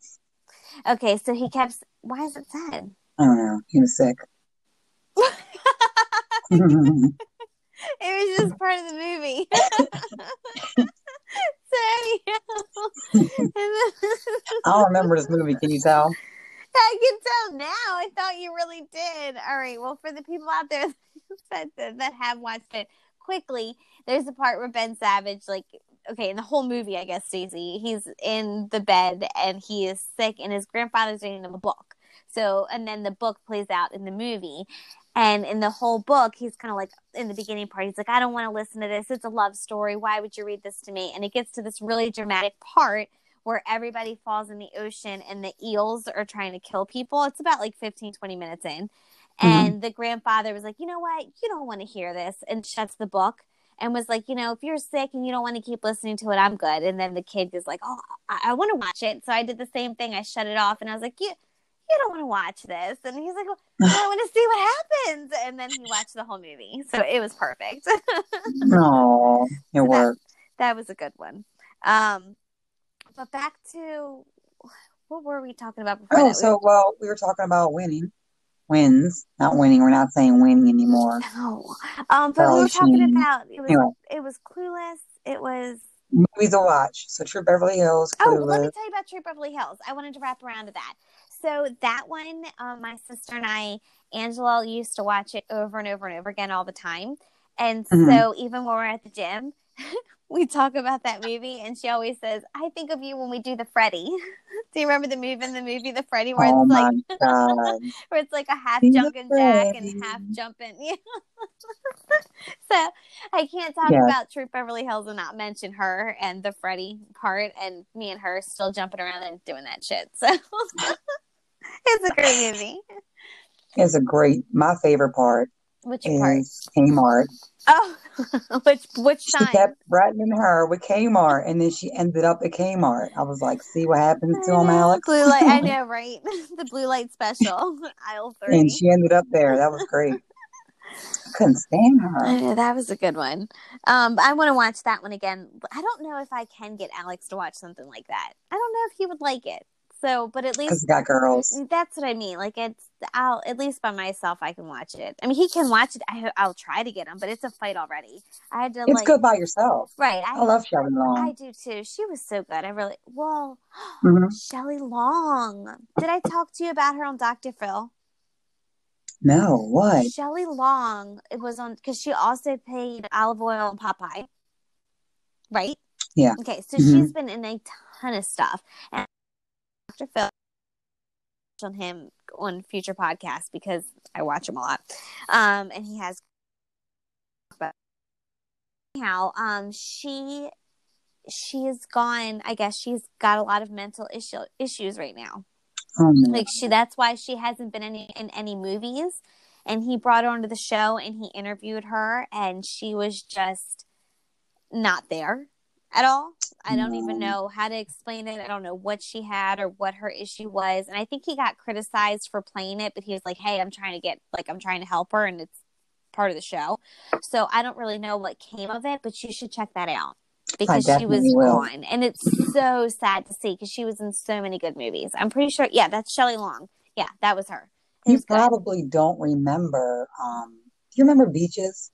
Speaker 2: Okay, so he kept. Why is it sad?
Speaker 1: I don't know. He was sick. [laughs] it
Speaker 2: It was just part of the movie. [laughs] to any of them.
Speaker 1: I don't remember this movie. Can you tell?
Speaker 2: [laughs] I can tell now. I thought you really did. All right. Well, for the people out there [laughs] that, that have watched it quickly, there's a part where Ben Savage, like, okay, in the whole movie, I guess, Stacey, he's in the bed and he is sick, and his grandfather's reading him a book. So, and then the book plays out in the movie. And in the whole book, he's kind of like in the beginning part, he's like, I don't want to listen to this. It's a love story. Why would you read this to me? And it gets to this really dramatic part where everybody falls in the ocean and the eels are trying to kill people. It's about like 15, 20 minutes in. And mm-hmm. the grandfather was like, You know what? You don't want to hear this. And shuts the book and was like, You know, if you're sick and you don't want to keep listening to it, I'm good. And then the kid is like, Oh, I, I want to watch it. So I did the same thing. I shut it off and I was like, You you don't want to watch this. And he's like, well,
Speaker 1: [sighs]
Speaker 2: I want to see what happens. And then he watched the whole movie. So it was perfect. [laughs]
Speaker 1: No, it so worked.
Speaker 2: That, that, was a good one. Um, but back to what were we talking about
Speaker 1: before? Oh, so, we... well, we were talking about winning. Wins, not winning. We're not saying winning anymore.
Speaker 2: [laughs] No. Um, but Probably we were talking shame. about it was, anyway. it was clueless. It was
Speaker 1: movies to watch. So True Beverly Hills.
Speaker 2: Clueless. Oh, well, let me tell you about True Beverly Hills. I wanted to wrap around to that so that one, um, my sister and I, Angela used to watch it over and over and over again all the time. And mm-hmm. so even when we're at the gym, [laughs] we talk about that movie, and she always says, "I think of you when we do the Freddy." [laughs] do you remember the move in the movie, the Freddy, where
Speaker 1: oh
Speaker 2: it's like,
Speaker 1: [laughs] where
Speaker 2: it's like a half He's jumping jack and half jumping? [laughs] Yeah. [laughs] so I can't talk yes. about True Beverly Hills and not mention her and the Freddy part, and me and her still jumping around and doing that shit. So [laughs] it's a great movie.
Speaker 1: It's a great. My favorite part.
Speaker 2: Which
Speaker 1: is
Speaker 2: part?
Speaker 1: Kmart.
Speaker 2: Oh, [laughs] which which
Speaker 1: she
Speaker 2: time?
Speaker 1: kept threatening her with Kmart, and then she ended up at Kmart. I was like, "See what happens to him, Alex."
Speaker 2: Blue
Speaker 1: [laughs]
Speaker 2: light, I know, right? [laughs] the blue light special, [laughs] aisle three.
Speaker 1: And she ended up there. That was great. I couldn't stand her.
Speaker 2: I know that was a good one. Um, I want to watch that one again. I don't know if I can get Alex to watch something like that. I don't know if he would like it. So, but at least Mm,
Speaker 1: got girls.
Speaker 2: That's what I mean. Like it's, I'll at least by myself I can watch it. I mean, he can watch it. I, will try to get him, but it's a fight already. I had to.
Speaker 1: It's
Speaker 2: like,
Speaker 1: good by yourself,
Speaker 2: right?
Speaker 1: I, I love Shelley Long.
Speaker 2: I do too. She was so good. I really well, mm-hmm. Shelley Long. Did I talk to you about her on Doctor Phil?
Speaker 1: No, what?
Speaker 2: Shelley Long. It was on because she also paid olive oil and Popeye, right?
Speaker 1: Yeah.
Speaker 2: Okay, so mm-hmm. she's been in a ton of stuff. And- Dr. Phil on him on future podcasts because I watch him a lot. Um, and he has, but anyhow, um, she she's gone. I guess she's got a lot of mental issue issues right now.
Speaker 1: Oh,
Speaker 2: like she, that's why she hasn't been any, in any movies. And he brought her onto the show and he interviewed her, and she was just not there at all. I don't even know how to explain it. I don't know what she had or what her issue was. And I think he got criticized for playing it, but he was like, hey, I'm trying to get, like, I'm trying to help her, and it's part of the show. So I don't really know what came of it, but you should check that out because she was
Speaker 1: will.
Speaker 2: gone. And it's so sad to see because she was in so many good movies. I'm pretty sure, yeah, that's Shelley Long. Yeah, that was her.
Speaker 1: It you was probably good. don't remember. Um, do you remember Beaches?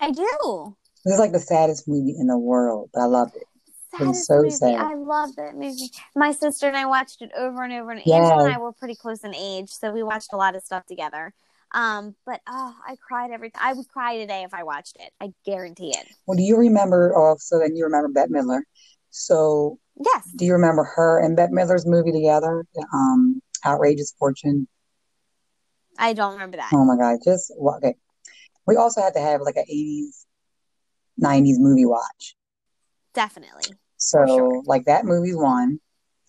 Speaker 2: I do.
Speaker 1: This is like the saddest movie in the world, but I loved it. Saddest it was so
Speaker 2: movie.
Speaker 1: sad.
Speaker 2: I love that movie. My sister and I watched it over and over, and yes. Angela and I were pretty close in age, so we watched a lot of stuff together. Um, but oh, I cried every. I would cry today if I watched it. I guarantee it.
Speaker 1: Well, do you remember? Also, then you remember Bette Midler. So
Speaker 2: yes,
Speaker 1: do you remember her and Bette Midler's movie together? Um, Outrageous Fortune.
Speaker 2: I don't remember that.
Speaker 1: Oh my god! Just well, okay. We also had to have like an eighties 90s movie watch.
Speaker 2: Definitely.
Speaker 1: So, sure. like that movie's one,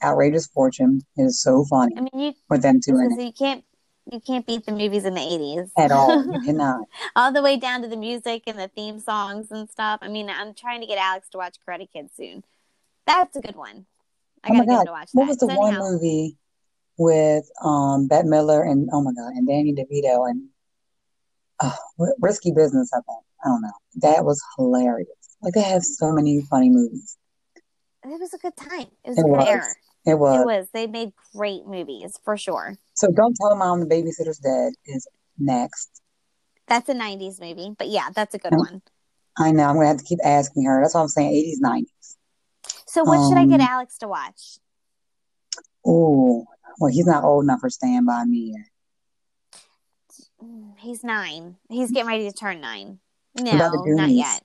Speaker 1: Outrageous Fortune is so funny.
Speaker 2: I mean, you
Speaker 1: with them two in
Speaker 2: so you can't you can't beat the movies in the 80s
Speaker 1: at all. [laughs] You cannot.
Speaker 2: all the way down to the music and the theme songs and stuff. I mean, I'm trying to get Alex to watch Karate Kid soon. That's a good one. I
Speaker 1: oh
Speaker 2: gotta
Speaker 1: my
Speaker 2: get
Speaker 1: god!
Speaker 2: to watch
Speaker 1: what
Speaker 2: that.
Speaker 1: was the
Speaker 2: So
Speaker 1: one
Speaker 2: anyhow,
Speaker 1: movie with um Bette Miller and oh my god and Danny DeVito and oh, Risky Business? I think I don't know. That was hilarious. Like they have so many funny movies.
Speaker 2: It was a good time. It was
Speaker 1: It
Speaker 2: a good
Speaker 1: was.
Speaker 2: era.
Speaker 1: It was.
Speaker 2: It was. They made great movies for sure.
Speaker 1: So don't tell mom the babysitter's dead is next.
Speaker 2: That's a '90s movie, but yeah, that's a good
Speaker 1: And
Speaker 2: one.
Speaker 1: I know. I'm gonna have to keep asking her. That's what I'm saying. 80s, 90s.
Speaker 2: So what should I get
Speaker 1: Um,
Speaker 2: Alex to watch?
Speaker 1: Oh, well, he's not old enough for Stand By Me yet.
Speaker 2: Mm, He's nine. He's getting ready to turn nine. No,
Speaker 1: about the
Speaker 2: not
Speaker 1: Goonies?
Speaker 2: yet.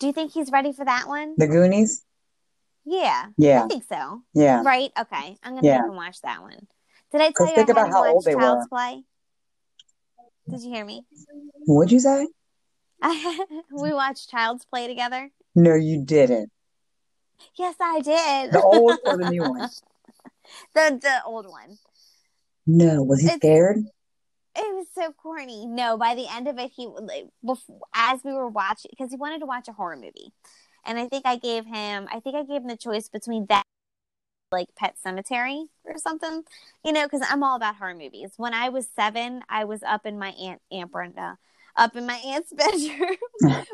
Speaker 2: Do you think he's ready for that one?
Speaker 1: The Goonies?
Speaker 2: Yeah,
Speaker 1: Yeah,
Speaker 2: I think so.
Speaker 1: yeah.
Speaker 2: Right? Okay, I'm gonna
Speaker 1: Yeah.
Speaker 2: make him watch that one. Did I tell
Speaker 1: Because
Speaker 2: you
Speaker 1: think
Speaker 2: I had
Speaker 1: about
Speaker 2: him
Speaker 1: how old
Speaker 2: watch
Speaker 1: they
Speaker 2: Child's
Speaker 1: were.
Speaker 2: Play? Did you hear me? [laughs]
Speaker 1: What'd you say?
Speaker 2: we watched Child's Play together.
Speaker 1: No, you didn't.
Speaker 2: Yes, I did.
Speaker 1: The old or the new one?
Speaker 2: [laughs] the the old one.
Speaker 1: No. Was he
Speaker 2: It's-
Speaker 1: scared?
Speaker 2: It was so corny. No, by the end of it, he like, before, as we were watching because he wanted to watch a horror movie, and I think I gave him I think I gave him the choice between that like Pet Cemetery or something, you know, because I'm all about horror movies. When I was seven, I was up in my aunt Aunt Brenda, up in my aunt's [laughs] bedroom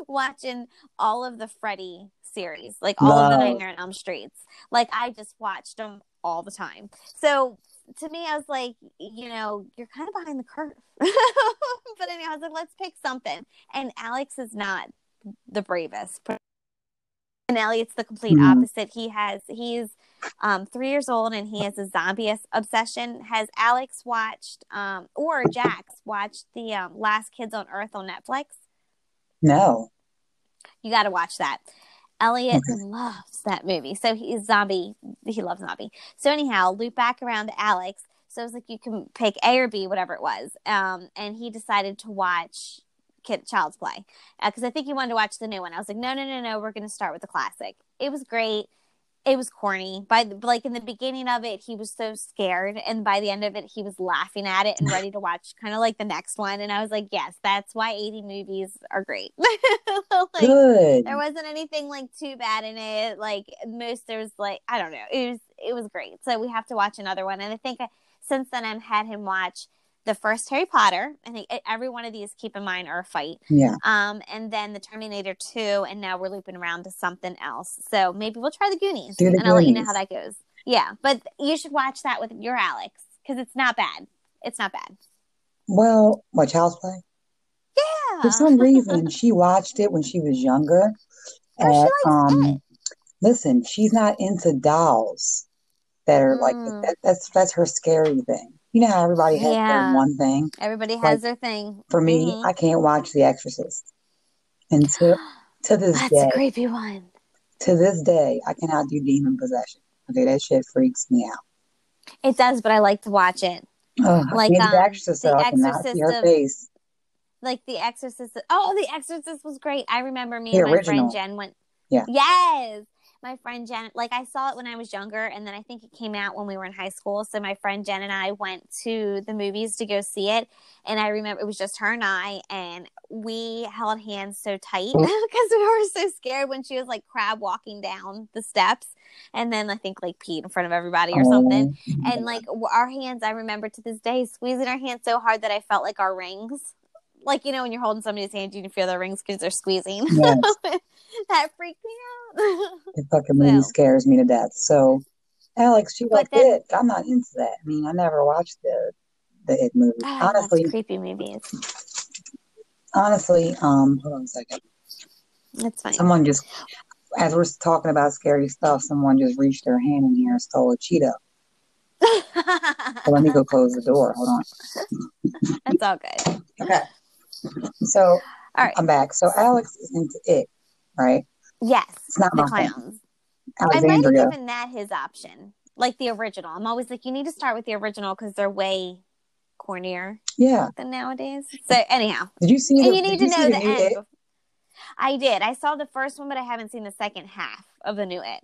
Speaker 2: watching all of the Freddy series, like all of the
Speaker 1: Love.
Speaker 2: Nightmare on Elm Streets. Like I just watched them all the time. So to me, I was like, you know, you're kind of behind the curve. [laughs] but anyway, I was like, let's pick something. And Alex is not the bravest. And Elliot's the complete
Speaker 1: Hmm.
Speaker 2: opposite. He has he's um, three years old and he has a zombie as- obsession. Has Alex watched um, or Jax watched the um, Last Kids on Earth on Netflix?
Speaker 1: No.
Speaker 2: You got to watch that. Elliot
Speaker 1: Okay.
Speaker 2: loves that movie. So he's zombie. He loves zombie. So anyhow, loop back around to Alex. So it was like you can pick A or B, whatever it was. Um, and he decided to watch Kid Child's Play because I think he wanted to watch the new one. I was like, no, no, no, no. We're going to start with the classic. It was great. It was corny. By the, like in the beginning of it, he was so scared, and by the end of it, he was laughing at it and ready to watch kind of like the next one. And I was like, yes, that's why eighty movies are great. [laughs] Like,
Speaker 1: Good.
Speaker 2: there wasn't anything like too bad in it like most there was like i don't know it was it was great so we have to watch another one and i think I, since then i've had him watch the first harry potter i think e, every one of these keep in mind are a fight
Speaker 1: Yeah.
Speaker 2: um and then the terminator 2 and now we're looping around to something else so maybe we'll try the goonies
Speaker 1: Do the
Speaker 2: and i'll let you know
Speaker 1: Goonies.
Speaker 2: how that goes yeah but you should watch that with your alex because it's not bad it's not bad
Speaker 1: Well, my child's play.
Speaker 2: yeah
Speaker 1: For
Speaker 2: Uh-huh.
Speaker 1: some reason, she watched it when she was
Speaker 2: [laughs]
Speaker 1: younger.
Speaker 2: Or she
Speaker 1: at,
Speaker 2: likes
Speaker 1: um,
Speaker 2: it.
Speaker 1: Listen, she's not into dolls that are like
Speaker 2: Mm.
Speaker 1: that, that's that's her scary thing. You know how everybody has their
Speaker 2: Yeah.
Speaker 1: one thing.
Speaker 2: everybody
Speaker 1: Like,
Speaker 2: has their thing
Speaker 1: For me,
Speaker 2: Mhm.
Speaker 1: I can't watch The Exorcist, and to to this
Speaker 2: That's
Speaker 1: day,
Speaker 2: a creepy one.
Speaker 1: to this day, I cannot do demon possession. Okay, that shit freaks me out.
Speaker 2: It does, but I like to watch it.
Speaker 1: Ugh, I
Speaker 2: Like
Speaker 1: can't do
Speaker 2: um,
Speaker 1: The Exorcist,
Speaker 2: The
Speaker 1: though. I cannot see
Speaker 2: Exorcist
Speaker 1: her
Speaker 2: of-
Speaker 1: face.
Speaker 2: Like The Exorcist. Oh, The Exorcist was great. I remember me
Speaker 1: The
Speaker 2: and my
Speaker 1: original.
Speaker 2: friend Jen went.
Speaker 1: Yeah.
Speaker 2: Yes. My friend Jen, like I saw it when I was younger, and then I think it came out when we were in high school. So my friend Jen and I went to the movies to go see it, and I remember it was just her and I, and we held hands so [laughs] tight because we were so scared when she was like crab walking down the steps, and then I think like peed in front of everybody or something
Speaker 1: Oh,
Speaker 2: and like w- our hands i remember to this day squeezing our hands so hard that i felt like our rings like you know when you're holding somebody's hand you can feel their rings because they're squeezing
Speaker 1: yes,
Speaker 2: [laughs] that freaked me out [laughs]
Speaker 1: the fucking movie
Speaker 2: So.
Speaker 1: scares me to death. So, Alex, she
Speaker 2: But
Speaker 1: liked
Speaker 2: then-
Speaker 1: it. I'm not into that. I mean, I never watched the the It movie.
Speaker 2: oh, i love
Speaker 1: Honestly,
Speaker 2: creepy movies
Speaker 1: honestly, um, hold on a second.
Speaker 2: that's fine
Speaker 1: Someone just, as we're talking about scary stuff, someone just reached their hand in here and stole a Cheeto. So let me go close the door. Hold on.
Speaker 2: [laughs] that's all good
Speaker 1: Okay. So
Speaker 2: all right
Speaker 1: I'm back. So Alex is into it, right?
Speaker 2: yes
Speaker 1: It's not
Speaker 2: the
Speaker 1: my thing.
Speaker 2: clowns I might have
Speaker 1: Alexandria.
Speaker 2: given that his option like the original i'm always like you need to start with the original because they're way cornier
Speaker 1: Yeah.
Speaker 2: than nowadays so anyhow
Speaker 1: Did you see? The,
Speaker 2: and you need
Speaker 1: did
Speaker 2: to
Speaker 1: you see
Speaker 2: know
Speaker 1: the
Speaker 2: the
Speaker 1: new
Speaker 2: end.
Speaker 1: it?
Speaker 2: bef- I did. I saw the first one, but I haven't seen the second half of the new it.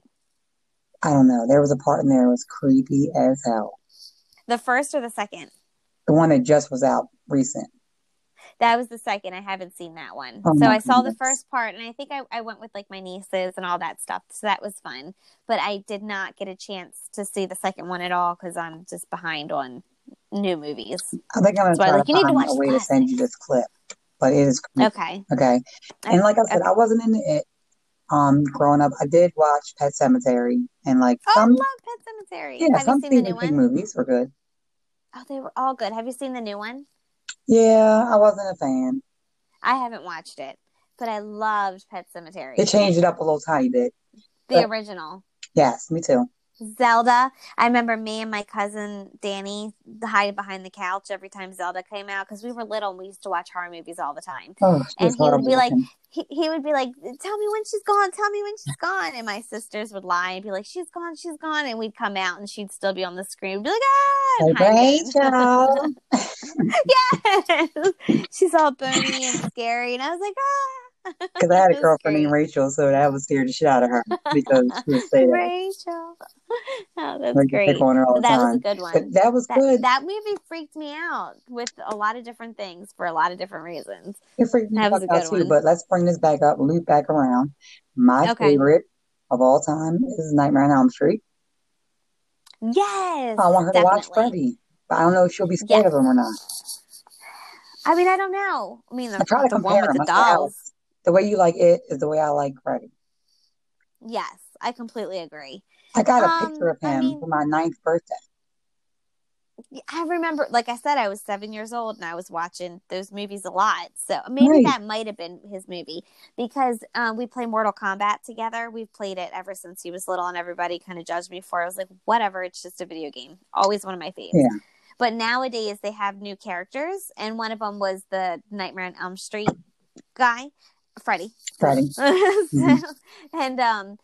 Speaker 1: I don't know. There was a part in there that was creepy as hell.
Speaker 2: The first or the second?
Speaker 1: The one that just was out recent.
Speaker 2: That was the second. I haven't seen that one.
Speaker 1: Oh
Speaker 2: so
Speaker 1: my
Speaker 2: I saw the
Speaker 1: goodness.
Speaker 2: first part, and I think I, I went with like my nieces and all that stuff. So that was fun. But I did not get a chance to see the second one at all because I'm just behind on new movies.
Speaker 1: I think I'm gonna
Speaker 2: That's why I
Speaker 1: try to
Speaker 2: like, you need to
Speaker 1: find
Speaker 2: watch
Speaker 1: a
Speaker 2: the
Speaker 1: way to send you
Speaker 2: classics.
Speaker 1: this clip, but it is creepy.
Speaker 2: Okay.
Speaker 1: Okay. Mm-hmm. And like I said,
Speaker 2: Okay.
Speaker 1: I wasn't into it. Um, growing up, I did watch Pet Cemetery and like
Speaker 2: Oh, I
Speaker 1: some,
Speaker 2: love Pet Cemetery.
Speaker 1: yeah,
Speaker 2: Have you
Speaker 1: some
Speaker 2: seen the
Speaker 1: Stephen
Speaker 2: new
Speaker 1: King
Speaker 2: one?
Speaker 1: movies were good.
Speaker 2: Oh, they were all good. Have you seen the new one?
Speaker 1: Yeah, I wasn't a fan.
Speaker 2: I haven't watched it, but I loved Pet Cemetery.
Speaker 1: It changed it up a little tiny bit.
Speaker 2: the original.
Speaker 1: Yes, me too.
Speaker 2: Zelda. I remember me and my cousin Danny hiding behind the couch every time Zelda came out because we were little and we used to watch horror movies all the time.
Speaker 1: Oh, she
Speaker 2: And
Speaker 1: was
Speaker 2: he would
Speaker 1: horrible
Speaker 2: be like,
Speaker 1: looking.
Speaker 2: he, he would be like, "Tell me when she's gone. Tell me when she's gone." And my sisters would lie and be like, "She's gone. She's gone." And we'd come out and she'd still be on the screen. We'd be like, "Ah!" and hide [laughs]
Speaker 1: hey,
Speaker 2: again.
Speaker 1: Rachel.
Speaker 2: yes, [laughs] she's all bony and scary, and I was like, "Ah."
Speaker 1: Because I had a
Speaker 2: It was
Speaker 1: girlfriend named
Speaker 2: great.
Speaker 1: Rachel, so that would scare the shit out of
Speaker 2: [laughs]
Speaker 1: her because she would say that.
Speaker 2: Rachel. [laughs] Oh, that's
Speaker 1: Like, you pick
Speaker 2: great.
Speaker 1: on her all
Speaker 2: So
Speaker 1: the
Speaker 2: that was
Speaker 1: time.
Speaker 2: a good
Speaker 1: But
Speaker 2: one.
Speaker 1: that was
Speaker 2: That,
Speaker 1: good.
Speaker 2: that movie freaked me out with a lot of different things for a lot of different reasons.
Speaker 1: It freaked me
Speaker 2: That was
Speaker 1: fuck
Speaker 2: a
Speaker 1: out
Speaker 2: good
Speaker 1: too,
Speaker 2: one.
Speaker 1: but let's bring this back up, loop back around. My
Speaker 2: Okay.
Speaker 1: favorite of all time is Nightmare on Elm Street.
Speaker 2: Yes,
Speaker 1: I want her to watch
Speaker 2: definitely.
Speaker 1: Freddy, but I don't know if she'll be scared
Speaker 2: Yes.
Speaker 1: of him or not.
Speaker 2: I mean, I don't know. I mean,
Speaker 1: I
Speaker 2: the,
Speaker 1: try to
Speaker 2: the one
Speaker 1: compare
Speaker 2: with
Speaker 1: them.
Speaker 2: the
Speaker 1: I say, Alex,
Speaker 2: dolls.
Speaker 1: the way you like it is the way I like Freddy.
Speaker 2: Yes, I completely agree.
Speaker 1: I got a picture
Speaker 2: Um,
Speaker 1: of
Speaker 2: I
Speaker 1: him
Speaker 2: mean,
Speaker 1: for my ninth birthday.
Speaker 2: I remember, like I said, I was seven years old and I was watching those movies a lot. So maybe
Speaker 1: Right.
Speaker 2: that might have been his movie because um, we play Mortal Kombat together. We've played it ever since he was little, and everybody kind of judged me for it. I was like, whatever, it's just a video game. Always one of my faves.
Speaker 1: Yeah.
Speaker 2: But nowadays they have new characters, and one of them was the Nightmare on Elm Street guy, Freddy.
Speaker 1: Freddy. [laughs]
Speaker 2: [laughs] So-
Speaker 1: Mm-hmm.
Speaker 2: And um,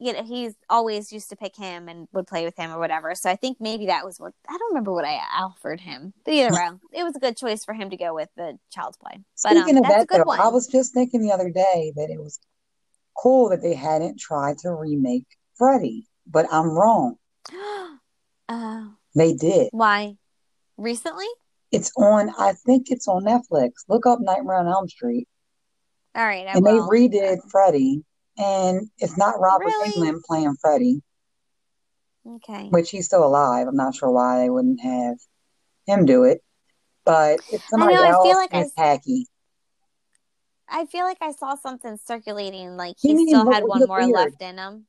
Speaker 2: you know, he's always used to pick him and would play with him or whatever. So I think maybe that was what I don't remember what I offered him.
Speaker 1: [laughs]
Speaker 2: But either way, it was a good choice for him to go with the child's play. [gasps] But um,
Speaker 1: Speaking of
Speaker 2: that's a
Speaker 1: that,
Speaker 2: good
Speaker 1: though, I
Speaker 2: one.
Speaker 1: was just thinking the other day that it was cool that they hadn't tried to remake Freddy, but I'm wrong.
Speaker 2: uh,
Speaker 1: They did.
Speaker 2: why recently?
Speaker 1: It's on, I think it's on Netflix. Look up Nightmare on Elm Street.
Speaker 2: All right, I
Speaker 1: And they
Speaker 2: will.
Speaker 1: redid Freddy, and it's not Robert
Speaker 2: Really?
Speaker 1: Englund playing Freddy,
Speaker 2: Okay.
Speaker 1: which he's still alive. I'm not sure why they wouldn't have him do it, but it's
Speaker 2: I
Speaker 1: somebody
Speaker 2: know. I feel
Speaker 1: else
Speaker 2: like
Speaker 1: and
Speaker 2: I
Speaker 1: it's tacky.
Speaker 2: I feel like I saw something circulating. Like
Speaker 1: He
Speaker 2: he
Speaker 1: didn't even
Speaker 2: still
Speaker 1: look,
Speaker 2: had
Speaker 1: he
Speaker 2: one
Speaker 1: looked
Speaker 2: more
Speaker 1: weird.
Speaker 2: left in him.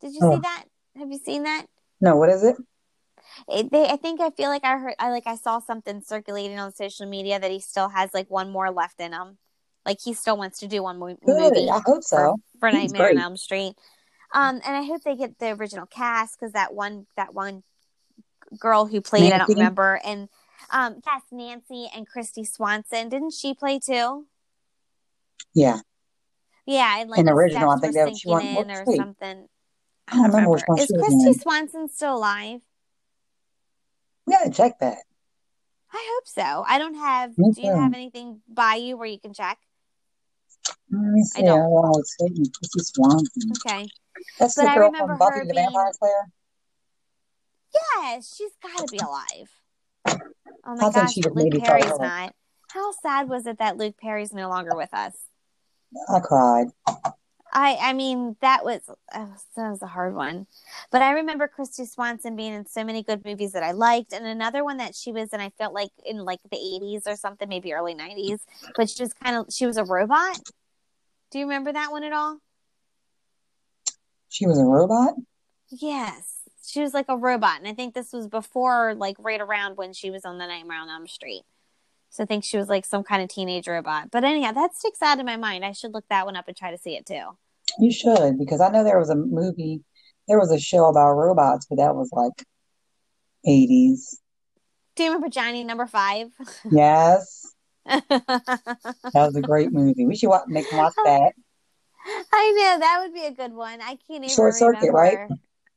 Speaker 2: Did you see
Speaker 1: Oh,
Speaker 2: that? Have you seen that?
Speaker 1: no, what is it?
Speaker 2: It, Eh, they, I think I feel like I heard, I like I saw something circulating on social media that he still has like one more left in him, like he still wants to do one mo-
Speaker 1: Good.
Speaker 2: movie
Speaker 1: I hope
Speaker 2: for
Speaker 1: so.
Speaker 2: for
Speaker 1: He's
Speaker 2: Nightmare on
Speaker 1: great.
Speaker 2: Elm Street. Um, and I hope they get the original cast because that one that one girl who played I don't
Speaker 1: Nancy?
Speaker 2: remember and um yes Nancy and Christy Swanson didn't she play too?
Speaker 1: Yeah.
Speaker 2: Yeah, and like
Speaker 1: In the
Speaker 2: his
Speaker 1: original, I
Speaker 2: steps were
Speaker 1: think that she won.
Speaker 2: sinking
Speaker 1: What,
Speaker 2: in or
Speaker 1: wait,
Speaker 2: something. I
Speaker 1: I don't
Speaker 2: don't
Speaker 1: remember which
Speaker 2: remember.
Speaker 1: one
Speaker 2: Is
Speaker 1: she was
Speaker 2: Christy
Speaker 1: in.
Speaker 2: Swanson still alive?
Speaker 1: We gotta check that.
Speaker 2: I hope so. I don't have.
Speaker 1: Me
Speaker 2: Do you have
Speaker 1: too.
Speaker 2: anything by you where you can check?
Speaker 1: Let me
Speaker 2: I
Speaker 1: see. Mm, I
Speaker 2: don't.
Speaker 1: will take you. Chrissy Swanson.
Speaker 2: Okay.
Speaker 1: That's
Speaker 2: But
Speaker 1: the
Speaker 2: I
Speaker 1: girl from
Speaker 2: remember
Speaker 1: Buffy
Speaker 2: her
Speaker 1: the
Speaker 2: being,
Speaker 1: Vampire Slayer.
Speaker 2: yes, she's got to be alive. Oh my
Speaker 1: I think
Speaker 2: gosh,
Speaker 1: she could
Speaker 2: but Luke
Speaker 1: maybe play
Speaker 2: Perry's
Speaker 1: her.
Speaker 2: not. How sad was it that Luke Perry's no longer with us?
Speaker 1: I cried.
Speaker 2: I I mean, that was oh, that was a hard one. But I remember Christy Swanson being in so many good movies that I liked and another one that she was in I felt like in like the 80s or something, maybe early 90s, but she was kind of she was a robot. Do you remember that one at all?
Speaker 1: She was a robot?
Speaker 2: Yes. She was like a robot. And I think this was before, like, right around when she was on the Nightmare on Elm Street. So I think she was like some kind of teenage robot. But anyhow, that sticks out in my mind. I should look that one up and try to see it too.
Speaker 1: You should, because I know there was a movie, there was a show about robots, but that was like 80s.
Speaker 2: Do you remember Johnny number five? [laughs]
Speaker 1: Yes, that was a
Speaker 2: I
Speaker 1: great movie. We should wa make them watch
Speaker 2: Oh,
Speaker 1: that.
Speaker 2: know that would be a good one. I can't even
Speaker 1: Short Circuit, right?
Speaker 2: remember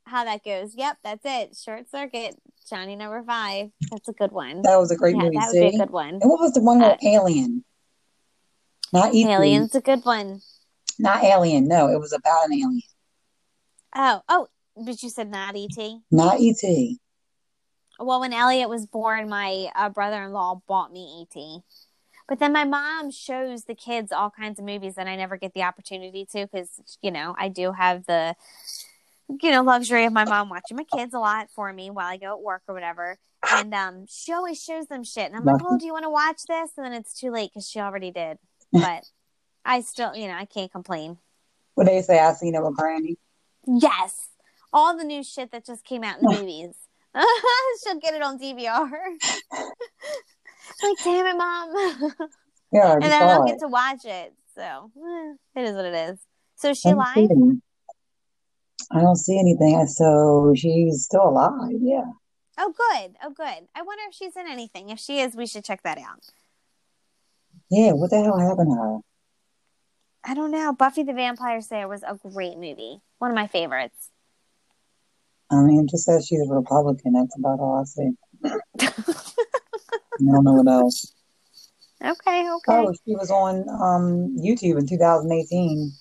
Speaker 2: how that goes. Yep, that's it. Short circuit. Johnny number five. That's a good one.
Speaker 1: That was a great
Speaker 2: Yeah,
Speaker 1: movie.
Speaker 2: that would be a
Speaker 1: See?
Speaker 2: good one.
Speaker 1: And what was the one
Speaker 2: Uh,
Speaker 1: with Alien? Not E.T.,
Speaker 2: Alien's a good one.
Speaker 1: not Alien. No, it was about an alien.
Speaker 2: Oh, oh, but you said not E E.T.
Speaker 1: Not E E.T.
Speaker 2: Well, when Elliot was born, my uh, brother in law bought me ET. But then my mom shows the kids all kinds of movies that I never get the opportunity to because, you know, I do have the, you know, luxury of my mom watching my kids a lot for me while I go at work or whatever. And um, she always shows them shit. And I'm like, oh,
Speaker 1: Lucky.
Speaker 2: do you want to watch this? And then it's too late because she already did. But I still, you know, I can't complain.
Speaker 1: What they say, I seen it with Granny.
Speaker 2: Yes. All the new shit that just came out in the movies. [laughs] She'll get it on DVR. like, damn it, mom. [laughs]
Speaker 1: Yeah, I
Speaker 2: and
Speaker 1: already
Speaker 2: I don't
Speaker 1: saw
Speaker 2: get
Speaker 1: it.
Speaker 2: to watch it, so eh, it is what it is. So is she
Speaker 1: I don't see
Speaker 2: live?
Speaker 1: any- I don't see anything. So she's still alive. Yeah.
Speaker 2: Oh, good. Oh, good. I wonder if she's in anything. If she is, we should check that out.
Speaker 1: Yeah. What the hell happened to her?
Speaker 2: I don't know. Buffy the Vampire Slayer was a great movie. One of my favorites.
Speaker 1: I mean, it just says she's a Republican. That's about all I see. I don't know what else.
Speaker 2: Okay, [laughs] okay.
Speaker 1: Oh, she was on um, YouTube in 2018.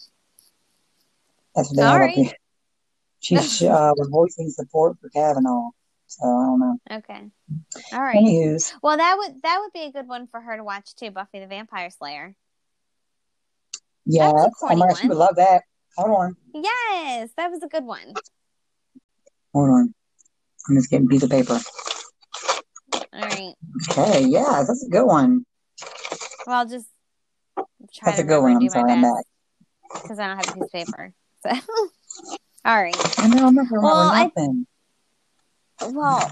Speaker 1: That's what they had up
Speaker 2: Sorry.
Speaker 1: there.
Speaker 2: [laughs]
Speaker 1: She uh, was voicing support for Kavanaugh. So I don't know.
Speaker 2: Okay. All right.
Speaker 1: Anywho's,
Speaker 2: Well, that would that would be a good one for her to watch too. Buffy the Vampire Slayer.
Speaker 1: yes.
Speaker 2: was a
Speaker 1: Oh
Speaker 2: corny
Speaker 1: my gosh, she
Speaker 2: one.
Speaker 1: would love that. Hold on.
Speaker 2: Yes, that was a good one.
Speaker 1: Hold on. I'm just getting a piece of paper.
Speaker 2: All right.
Speaker 1: Okay, yeah, that's a good one.
Speaker 2: Well, I'll just try
Speaker 1: That's
Speaker 2: to
Speaker 1: a good
Speaker 2: remember
Speaker 1: one.
Speaker 2: and
Speaker 1: I'm
Speaker 2: do my
Speaker 1: sorry, I'm
Speaker 2: best
Speaker 1: back.
Speaker 2: because I don't have a piece of paper. So, [laughs] all right.
Speaker 1: I know I'm not gonna remember
Speaker 2: Well, I
Speaker 1: nothing.
Speaker 2: well,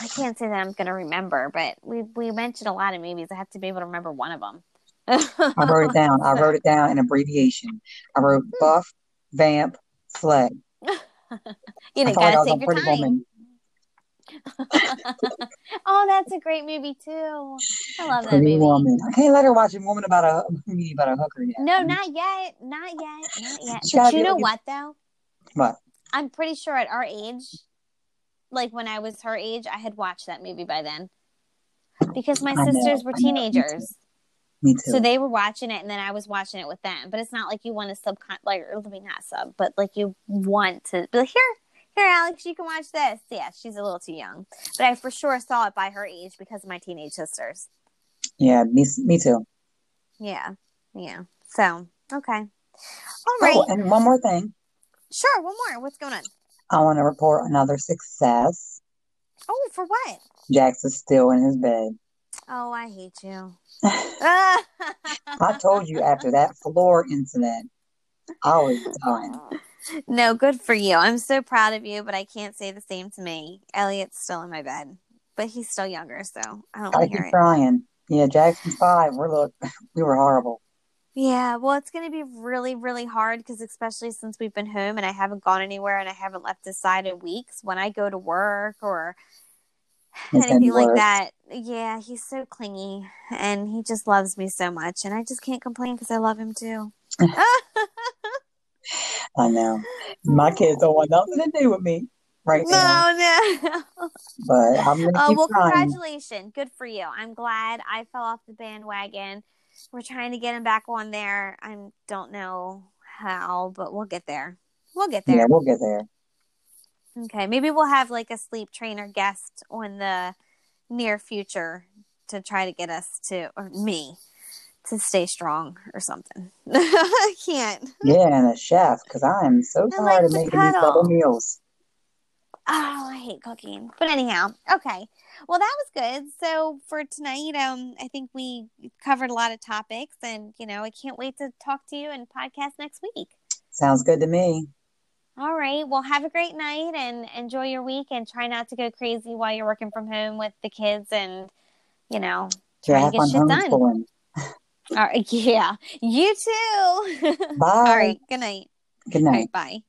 Speaker 2: I can't say that I'm going to remember, but we we mentioned a lot of movies. I have to be able to remember one of them. [laughs]
Speaker 1: I wrote it down. I
Speaker 2: So-
Speaker 1: wrote it down in abbreviation. I
Speaker 2: Hmm.
Speaker 1: wrote Buff, Vamp, Flag.
Speaker 2: you
Speaker 1: I
Speaker 2: know,
Speaker 1: felt like
Speaker 2: gotta
Speaker 1: I was
Speaker 2: take
Speaker 1: on
Speaker 2: your
Speaker 1: Pretty
Speaker 2: time.
Speaker 1: Woman.
Speaker 2: [laughs] oh, that's a great movie too.
Speaker 1: [laughs]
Speaker 2: I love that
Speaker 1: Pretty
Speaker 2: movie.
Speaker 1: Woman. I can't let her watch a woman about a [laughs] movie about a hooker yet.
Speaker 2: No,
Speaker 1: I mean,
Speaker 2: not yet, not yet, not yet.
Speaker 1: She
Speaker 2: But
Speaker 1: gotta
Speaker 2: you
Speaker 1: be
Speaker 2: know
Speaker 1: able to
Speaker 2: what though?
Speaker 1: what?
Speaker 2: I'm pretty sure at our age, like when I was her age, I had watched that movie by then because my
Speaker 1: I know,
Speaker 2: sisters were
Speaker 1: I know. Me too.
Speaker 2: teenagers.
Speaker 1: Me
Speaker 2: So
Speaker 1: too.
Speaker 2: they were watching it, and then I was watching it with them. But it's not like you want to sub, like or maybe not sub, but like you want to be like, here, here, Alex, you can watch this. Yeah, she's a little too young, but I for sure saw it by her age because of my teenage sisters.
Speaker 1: Yeah, me, me too.
Speaker 2: Yeah, yeah. So okay, all
Speaker 1: Oh,
Speaker 2: right,
Speaker 1: and one more thing.
Speaker 2: sure. One more. What's going on?
Speaker 1: I want to report another success.
Speaker 2: Oh, for what?
Speaker 1: Jax is still in his bed.
Speaker 2: Oh, I hate you.
Speaker 1: I told you after that floor incident, I was done.
Speaker 2: [laughs] no, good for you. I'm so proud of you, but I can't say the same to me. Elliot's still in my bed, but he's still younger, so I don't want
Speaker 1: Gotta
Speaker 2: to hear
Speaker 1: keep
Speaker 2: it.
Speaker 1: trying. Yeah, Jackson's five. We're look, [laughs] we were horrible.
Speaker 2: Yeah, well, it's going to be really, really hard because, especially since we've been home and I haven't gone anywhere and I haven't left his side in weeks, when I go to work or
Speaker 1: It's gonna be
Speaker 2: anything like
Speaker 1: worse.
Speaker 2: that, yeah, he's so clingy and he just loves me so much. And I just can't complain because I love him too.
Speaker 1: I know. My kids don't want nothing to do with me right now,
Speaker 2: No, no. [laughs]
Speaker 1: but I'm gonna
Speaker 2: Oh,
Speaker 1: keep
Speaker 2: well,
Speaker 1: trying.
Speaker 2: congratulations. Good for you. I'm glad I fell off the bandwagon. We're trying to get him back on there. I don't know how, but we'll get there. We'll get
Speaker 1: Yeah,
Speaker 2: there.
Speaker 1: we'll get
Speaker 2: [laughs]
Speaker 1: there.
Speaker 2: Okay. Maybe we'll have like a sleep trainer guest on the near future to try to get us to, or me, to stay strong or something. [laughs] I can't.
Speaker 1: Yeah, and a chef, because I am so
Speaker 2: I
Speaker 1: tired
Speaker 2: like
Speaker 1: of
Speaker 2: to
Speaker 1: making these double
Speaker 2: cuddle.
Speaker 1: meals.
Speaker 2: Oh, I hate cooking. But anyhow, okay. Well, that was good. So for tonight, um, I think we covered a lot of topics, and you know, I can't wait to talk to you and podcast next week.
Speaker 1: Sounds good to me.
Speaker 2: All right. Well, have a great night and enjoy your week, and try not to go crazy while you're working from home with the kids, and you know,
Speaker 1: Yeah,
Speaker 2: try and
Speaker 1: have
Speaker 2: get
Speaker 1: fun
Speaker 2: shit done.
Speaker 1: homeschooling.
Speaker 2: All right. [laughs] Yeah. You too. All
Speaker 1: Bye.
Speaker 2: [laughs] right. Good night.
Speaker 1: Good
Speaker 2: All
Speaker 1: night.
Speaker 2: right. Bye.